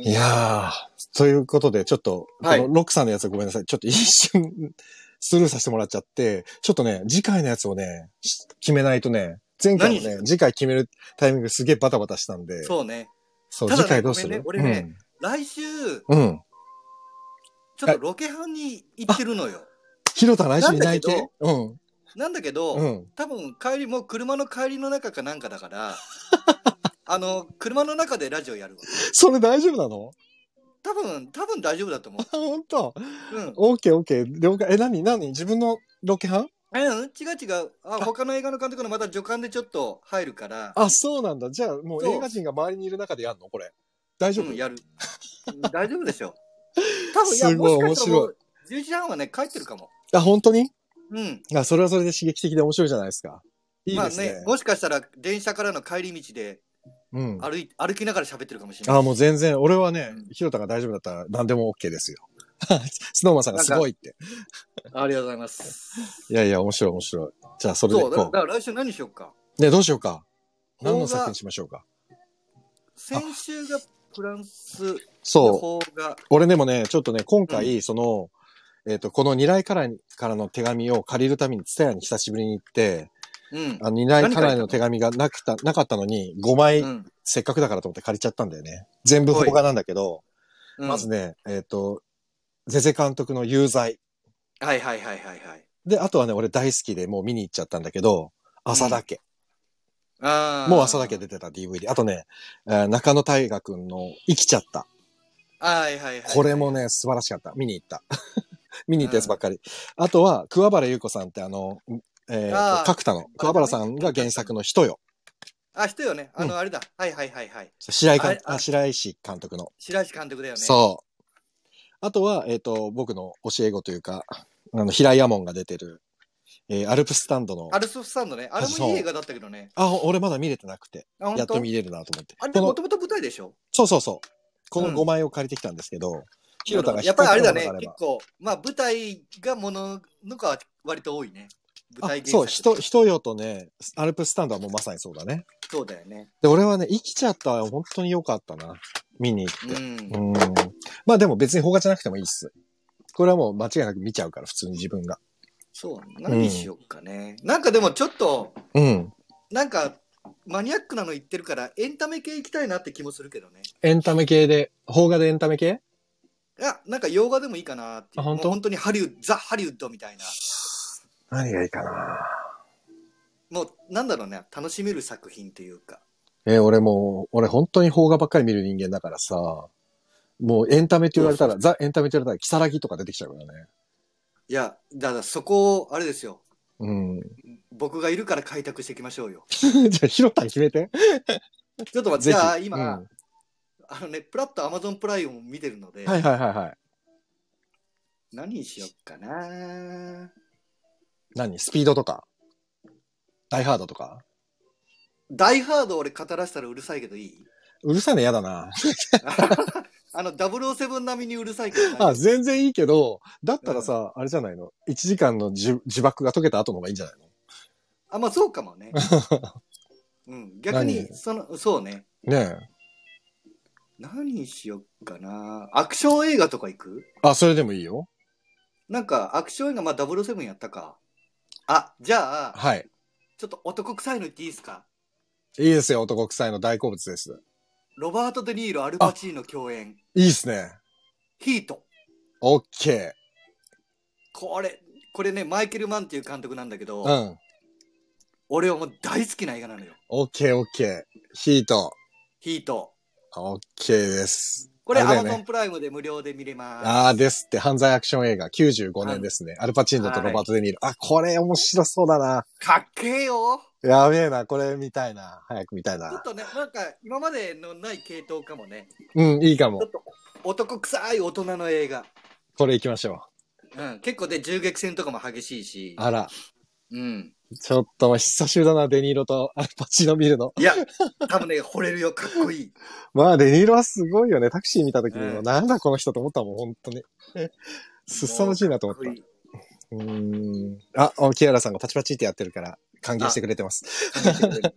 A: いやー、ということで、ちょっと、
B: はい
A: このロックさんのやつごめんなさい。ちょっと一瞬スルーさせてもらっちゃって、ちょっとね、次回のやつをね、し決めないとね、前回もね、次回決めるタイミングすげえバタバタしたんで、
B: そうね。
A: そう、
B: ただね
A: 次回どうする、
B: ごめんね俺ね来週、
A: うん。うん。
B: ちょっとロケハンに行ってるのよ。
A: え広田来週いない
B: なんだ
A: 系。うん。
B: なんだけど、
A: うん。
B: 多分帰りもう車の帰りの中かなんかだから あの車の中でラジオやるわ
A: それ大丈夫なの
B: 多分多分大丈夫だと思
A: あ、ほんと
B: う、うん、
A: オーケーオーケー。了解。え、なになに自分のロケハン
B: うん、違う違う。あ、他の映画の監督のまた助監でちょっと入るから、
A: あ、そうなんだ。じゃあ、もう
B: そう
A: 映画人が周りにいる中でやんのこれ。大丈夫、
B: うん、やる。大丈夫で しょ。多分、い
A: す
B: や、も
A: ごい
B: しかしたらもう、10時半はね、帰ってるかも。
A: あ、本当に
B: うん。
A: あ、それはそれで刺激的で面白いじゃないですか。いい
B: まあ
A: ですね。
B: ね、もしかしたら、電車からの帰り道で
A: うん。
B: 歩い歩きながら喋ってるかもしれない。
A: あ、もう全然、俺はね
B: うん、
A: ひろたが大丈夫だったら何でも OK ですよ。 スノーマンさんがすごいって。
B: ありがとうございます。
A: いやいや、面白い面白い。じゃあ、それで
B: そ、
A: いう
B: だだ
A: こ
B: から来週何しよっか。
A: う。ね、どうしようか。
B: 邦画
A: 何の作品しましょうか。
B: 先週がフランスの
A: そう。
B: 方が、
A: 俺でもね、ちょっとね、今回、その、えっと、この二来からからの手紙を借りるために、ツタヤに久しぶりに行って、
B: うん。
A: あの二来から
B: 何借りたの
A: の手紙がなくた、なかったのに、5枚
B: うん。
A: せっかくだからと思って借りちゃったんだよね。全部邦画なんだけど、
B: うん
A: まずね、えっと、ゼゼ監督の有罪。
B: はいはいはいはいはい。
A: で、あとはね、俺大好きでもう見に行っちゃったんだけど、朝だけ。
B: あー
A: もう朝だけ出。てた DVD。あとね、えー中野大河君の生きちゃった。
B: はいはいはい。
A: これもね、素晴らしかった。見に行った。 見に行ったやつばっかり。あとは、桑原優子さんってあの、えーと、
B: あー
A: 角田の、桑原さんが原作の人よ。
B: あ、人よね。あ
A: う
B: の、あれだ。はいはいはいはい。
A: 白井か
B: あれあ
A: あ白石監督の。
B: 白石監督だよね。
A: そう。あとは、えっ、と、僕の教え子というか、あの、平井亜門が出てる、えーアルプススタンドの、
B: アルソフスタンドね。あれもいい映画だったけどね。
A: あ、俺まだ見れてなくて、
B: あ、
A: や
B: 本
A: っと
B: 当
A: 見れるなと思って。
B: あれ
A: こ
B: で
A: の
B: もともと舞台でしょ
A: そうそうそう。この
B: うん
A: 5枚を借りてきたんですけど、ひろたが
B: やっぱりあれだね
A: 引っ。掛け
B: 結
A: たものが
B: 構、まあ舞台がもののかは割と多いね。舞
A: あれ
B: 台
A: ば。
B: 原
A: そう、
B: 作
A: 人、人よとね、アルプススタンドはもうまさにそうだね。
B: そうだよね。
A: で、俺はね、生きちゃったは本当に良かったな。見に行
B: う
A: って。
B: ん
A: う。ん。まあでも別に放課じゃなくてもいいっす。これはもう間違いなく見ちゃうから、普通に自分が。
B: そう。何しよっかね。なんかでもちょっと、
A: うん。
B: なんか、マニアックなの言ってるから、エンタメ系行きたいなって気もするけどね。
A: エンタメ系で、邦画でエンタメ系
B: いや、なんか洋画でもいいかなっていう。
A: あ本当
B: もう本当にハリウッド、ザ・ハリウッドみたいな。
A: 何がいいかな
B: もう、なんだろうね。楽しめる作品というか。
A: えー俺もう、俺本当に邦画ばっかり見る人間だからさ、もうエンタメって言われたら、ザ・エンタメって言われたら、キサラギとか出てきちゃうからね。
B: いや、だからそこを、あれですよ。
A: うん。
B: 僕がいるから開拓していきましょうよ。
A: じゃあ、ヒロタン決めて。
B: ちょっと待っ
A: ぜ
B: て、
A: ひ
B: じゃあ今、
A: うん
B: あのね、プラッと Amazon プライムを見てるので、
A: はいはいはいはい。
B: 何にしよっかな。
A: 何スピードとかダイハードとか
B: ダイハード俺語らせたらうるさいけどい い
A: うるさいの嫌だな。
B: あの、007並みにうるさいけど
A: あ、
B: 大丈
A: 全然いいけど、だったらさ、あれじゃないの ?1 時間のじゅ呪縛が解けた後の方がいいんじゃない
B: 夫あ、まあそうか もね。うん、逆に、
A: 何
B: その、そうね。
A: のねえ。
B: 何にしよっかな。アクション映画とか行く
A: あ、それでもいいよ。
B: なんか、アクション映画、まあ007やったか。あ、じゃあ、
A: はい。
B: ちょっと男臭いの言っていいですか
A: いいですよ、男臭いの大好物です。
B: ロバート・デ・ニーロ、アルパチーノ共演、
A: いいっすね。
B: ヒート。
A: オッケ
B: これ、これね、マイケル・マンっていう監督なんだけど、
A: ー。うん。
B: 俺はもう大好きな映画なのよ。
A: オッケーオッケー。ヒート。
B: ヒート。
A: オッケーです。
B: これ、
A: あ
B: ア
A: れだよ
B: マ
A: ね
B: ゾンプライムで無料で見れます。
A: あーですって、犯罪アクション映画95年ですね。アルパチーノとロバート・デ・ニール。あ、これ面白そうだな。
B: かっけえよ。
A: やべえな、これ見たいな。早く見たい
B: ちょっ
A: な。
B: とね、なんか、今までのない系統かもね。
A: うん、いいか
B: ちょ
A: も
B: っ。と、男臭い大人の映画。
A: これ行きましょう。
B: うん、結構で、銃撃戦とかも激しいし。
A: あら、
B: うん。
A: ちょっと久しぶりだな、デニーロとアルパチーノ見るの。
B: いや、多分ね、惚れるよ、かっこいい。
A: まあ、デニーロはすごいよね。タクシー見た時にも、
B: うん
A: なんだこの人と思ったもん、本当 に。すっさまじいなと思っ
B: か
A: た
B: っこい。
A: う
B: い
A: んあ、おキアラさんがパチパチってやってるから、歓迎してくれてます。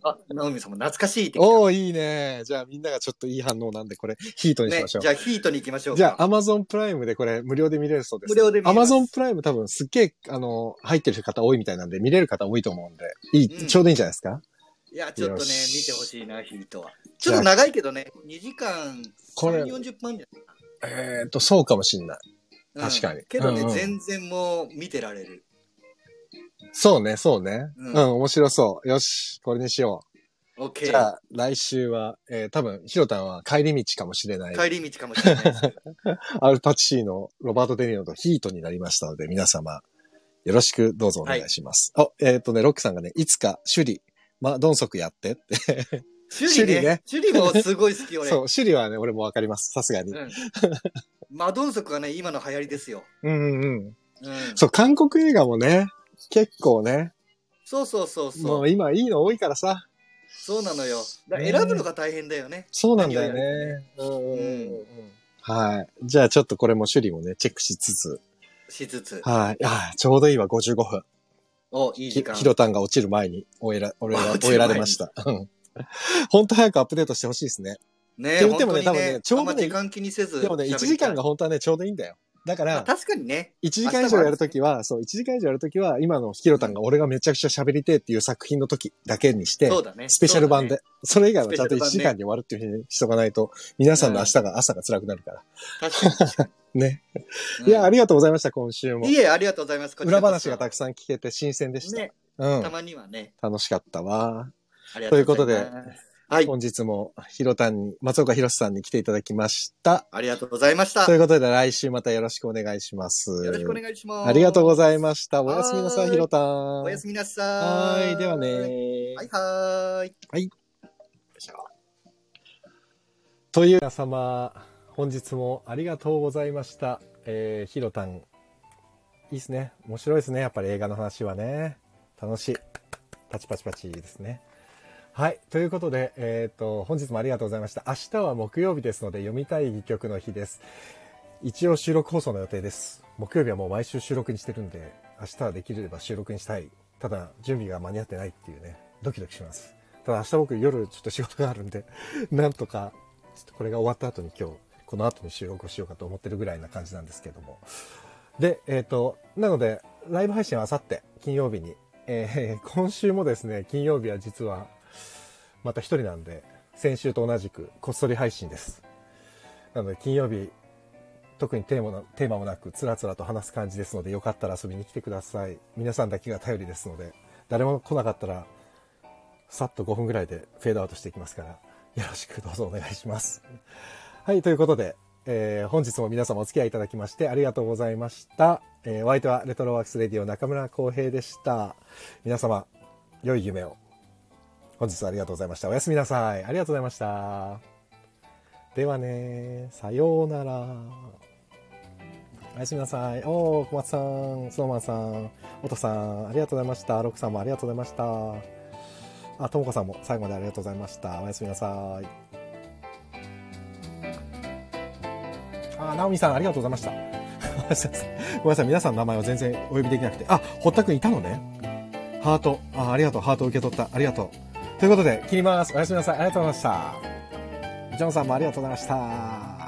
B: あ、ナオミさんも懐かしいって
A: おおーいいね。じゃあみんながちょっといい反応なんで、これ、ヒートにし
B: ね、
A: ましょう。
B: じゃあ、ヒートに行きましょうか。
A: じゃあ、アマゾンプライムでこれ、無料で見れるそうです。
B: 無料で見れ
A: ア
B: ま
A: マ
B: す
A: ゾンプライム多分すっげえ、あの、入ってる方多いみたいなんで、見れる方多いと思うんで、いい、
B: うん
A: ちょうどいいんじゃないですか
B: いや、ちょっと
A: よ
B: ね、
A: し
B: 見てほしいな、ヒートは。ち
A: じ
B: ょ
A: ゃあ
B: っと長いけどね、2時間
A: これ
B: 3、40分じゃない
A: えっ、ー、と、そうかもしんない。
B: うん
D: 確かに
B: けどね、
D: うんうん
B: 全然もう見てられる。
D: そうね、そうね。
B: う
D: うんん、面白そう。よし、これにしよう。
B: OK。
D: じゃあ、来週は、えー多分、ヒロタンは帰り道かもしれない。
B: 帰り道かもしれないですけど。
D: アルパチシーのロバート・デニーロとヒートになりましたので、皆様、よろしくどうぞお願いします。あ、えっ、とね、ロックさんがね、いつか、シュリ、ま、ドンソクやってって。
B: 趣里ね。趣里もすごい好き、俺。
D: そう、シュリはね、俺もわかります。さすがに。
B: うん。マドンソクはね、今の流行りですよ。
D: うんうんうん。
B: うん。
D: そう、韓国映画もね、結構ね、
B: そうそうそう
D: も
B: そう。
D: う今いいの多いからさ。
B: そうなのよ。だ
D: ね
B: 選ぶのが大変だよね。
D: そうなんだよ
B: 何を
D: ね。うんうんうんう
B: う
D: んん。はい。じゃあちょっとこれもシュリもね、チェックしつつ。
B: しつつ。
D: はい。あーちょうど今55分。
B: お、いい時間。
D: ヒロタンが落ちる前に終えら、俺ら、
B: 落ち
D: 終
B: る
D: え
B: 前
D: ら
B: に
D: れました。うん本当早くアップデートしてほしいですね。
B: ね
D: って言っ
B: 本
D: て
B: 当
D: もね
B: にね、
D: 多分ねちょうどね
B: あんま時間気にせず。
D: でもね、1時間が本当はね、ちょうどいいんだよ。だか
B: まあ
D: ら、
B: 確かにね。
D: 1時間以上やるときは、そう、1時間以上やるときは、今のヒロタンが俺がめちゃくちゃ喋りてえっていう作品の時だけにして、
B: そうだね。
D: スペシャル版
B: そうだ
D: で
B: ね。。
D: それ以外はちゃんと
B: ス
D: 1
B: ペシ
D: 時
B: ャル版ね
D: 間に終わるっていうふうにしとかないと、皆さんの明日が、朝が辛くなるから。
B: 確かに確か
D: ね。
B: に。
D: いや、あ
B: り
D: りがとうございました、今週も
B: い。え、ありがとうございます。こちら
D: 裏
B: こ
D: 話
B: そ
D: がたくさん聞けて新鮮でした。
B: ね、
D: うん
B: た。まにはね。
D: 楽しかったわ。
B: ありがとうございます。
D: というこ
B: はい。
D: 本日も、ひろたんに、松岡弘さんに来ていただきました。
B: ありがとうございました。
D: という
B: よ
D: ことで、来週またよろしくお願いします。よ
B: ろしくお願いします。
D: ありがとうご
B: い
D: ざいました。おやすみなさ、
B: はいーい
D: ひろたん。
B: おやすみなさ。
D: はいーい、ではねー。
B: はいはーい。
D: という、
A: 皆様本日もありがとうございましたえー、ひろたんいいっすね面白いですねやっぱり映画の話はね楽しいパチパチパチですねはいということでえっ、と本日もありがとうございました明日は木曜日ですので読みたい戯曲の日です一応収録放送の予定です木曜日はもう毎週収録にしてるんで明日はできれば収録にしたいただ準備が間に合ってないっていうねドキドキしますただ明日僕夜ちょっと仕事があるんでなんとかちょっとこれが終わった後に今日この後に収録をしようかと思ってるぐらいな感じなんですけどもでえっ、となのでライブ配信はあさって金曜日に、えー今週もですね金曜日は実はまた一人なんで先週と同じくこっそり配信ですなので金曜日特にテーマのテーマもなくつらつらと話す感じですのでよかったら遊びに来てください皆さんだけが頼りですので誰も来なかったらさっと5分ぐらいでフェードアウトしていきますからよろしくどうぞお願いします。 はい、ということで、えー本日も皆様お付き合いいただきましてありがとうございました。えーお相手はレトロワークスレディオ中村浩平でした。皆様、良い夢を。本日はありがとうございました。おやすみなさい。ありがとうございました。ではね、さようなら。おやすみなさい。おー、小松さん、スノーマンさん、おとさん、ありがとうございました。ロックさんもありがとうございました。あ、ともこさんも最後までありがとうございました。おやすみなさい。あ、ナオミさんありがとうございました。 ごめんなさいごめんなさい、皆さんの名前は全然お呼びできなくて。あ、堀田くんいたのね。ハート。あ、ありがとう。ハート受け取った。ありがとう。ということで、切ります。おやすみなさい。ありがとうございました。ジョンさんもありがとうございました。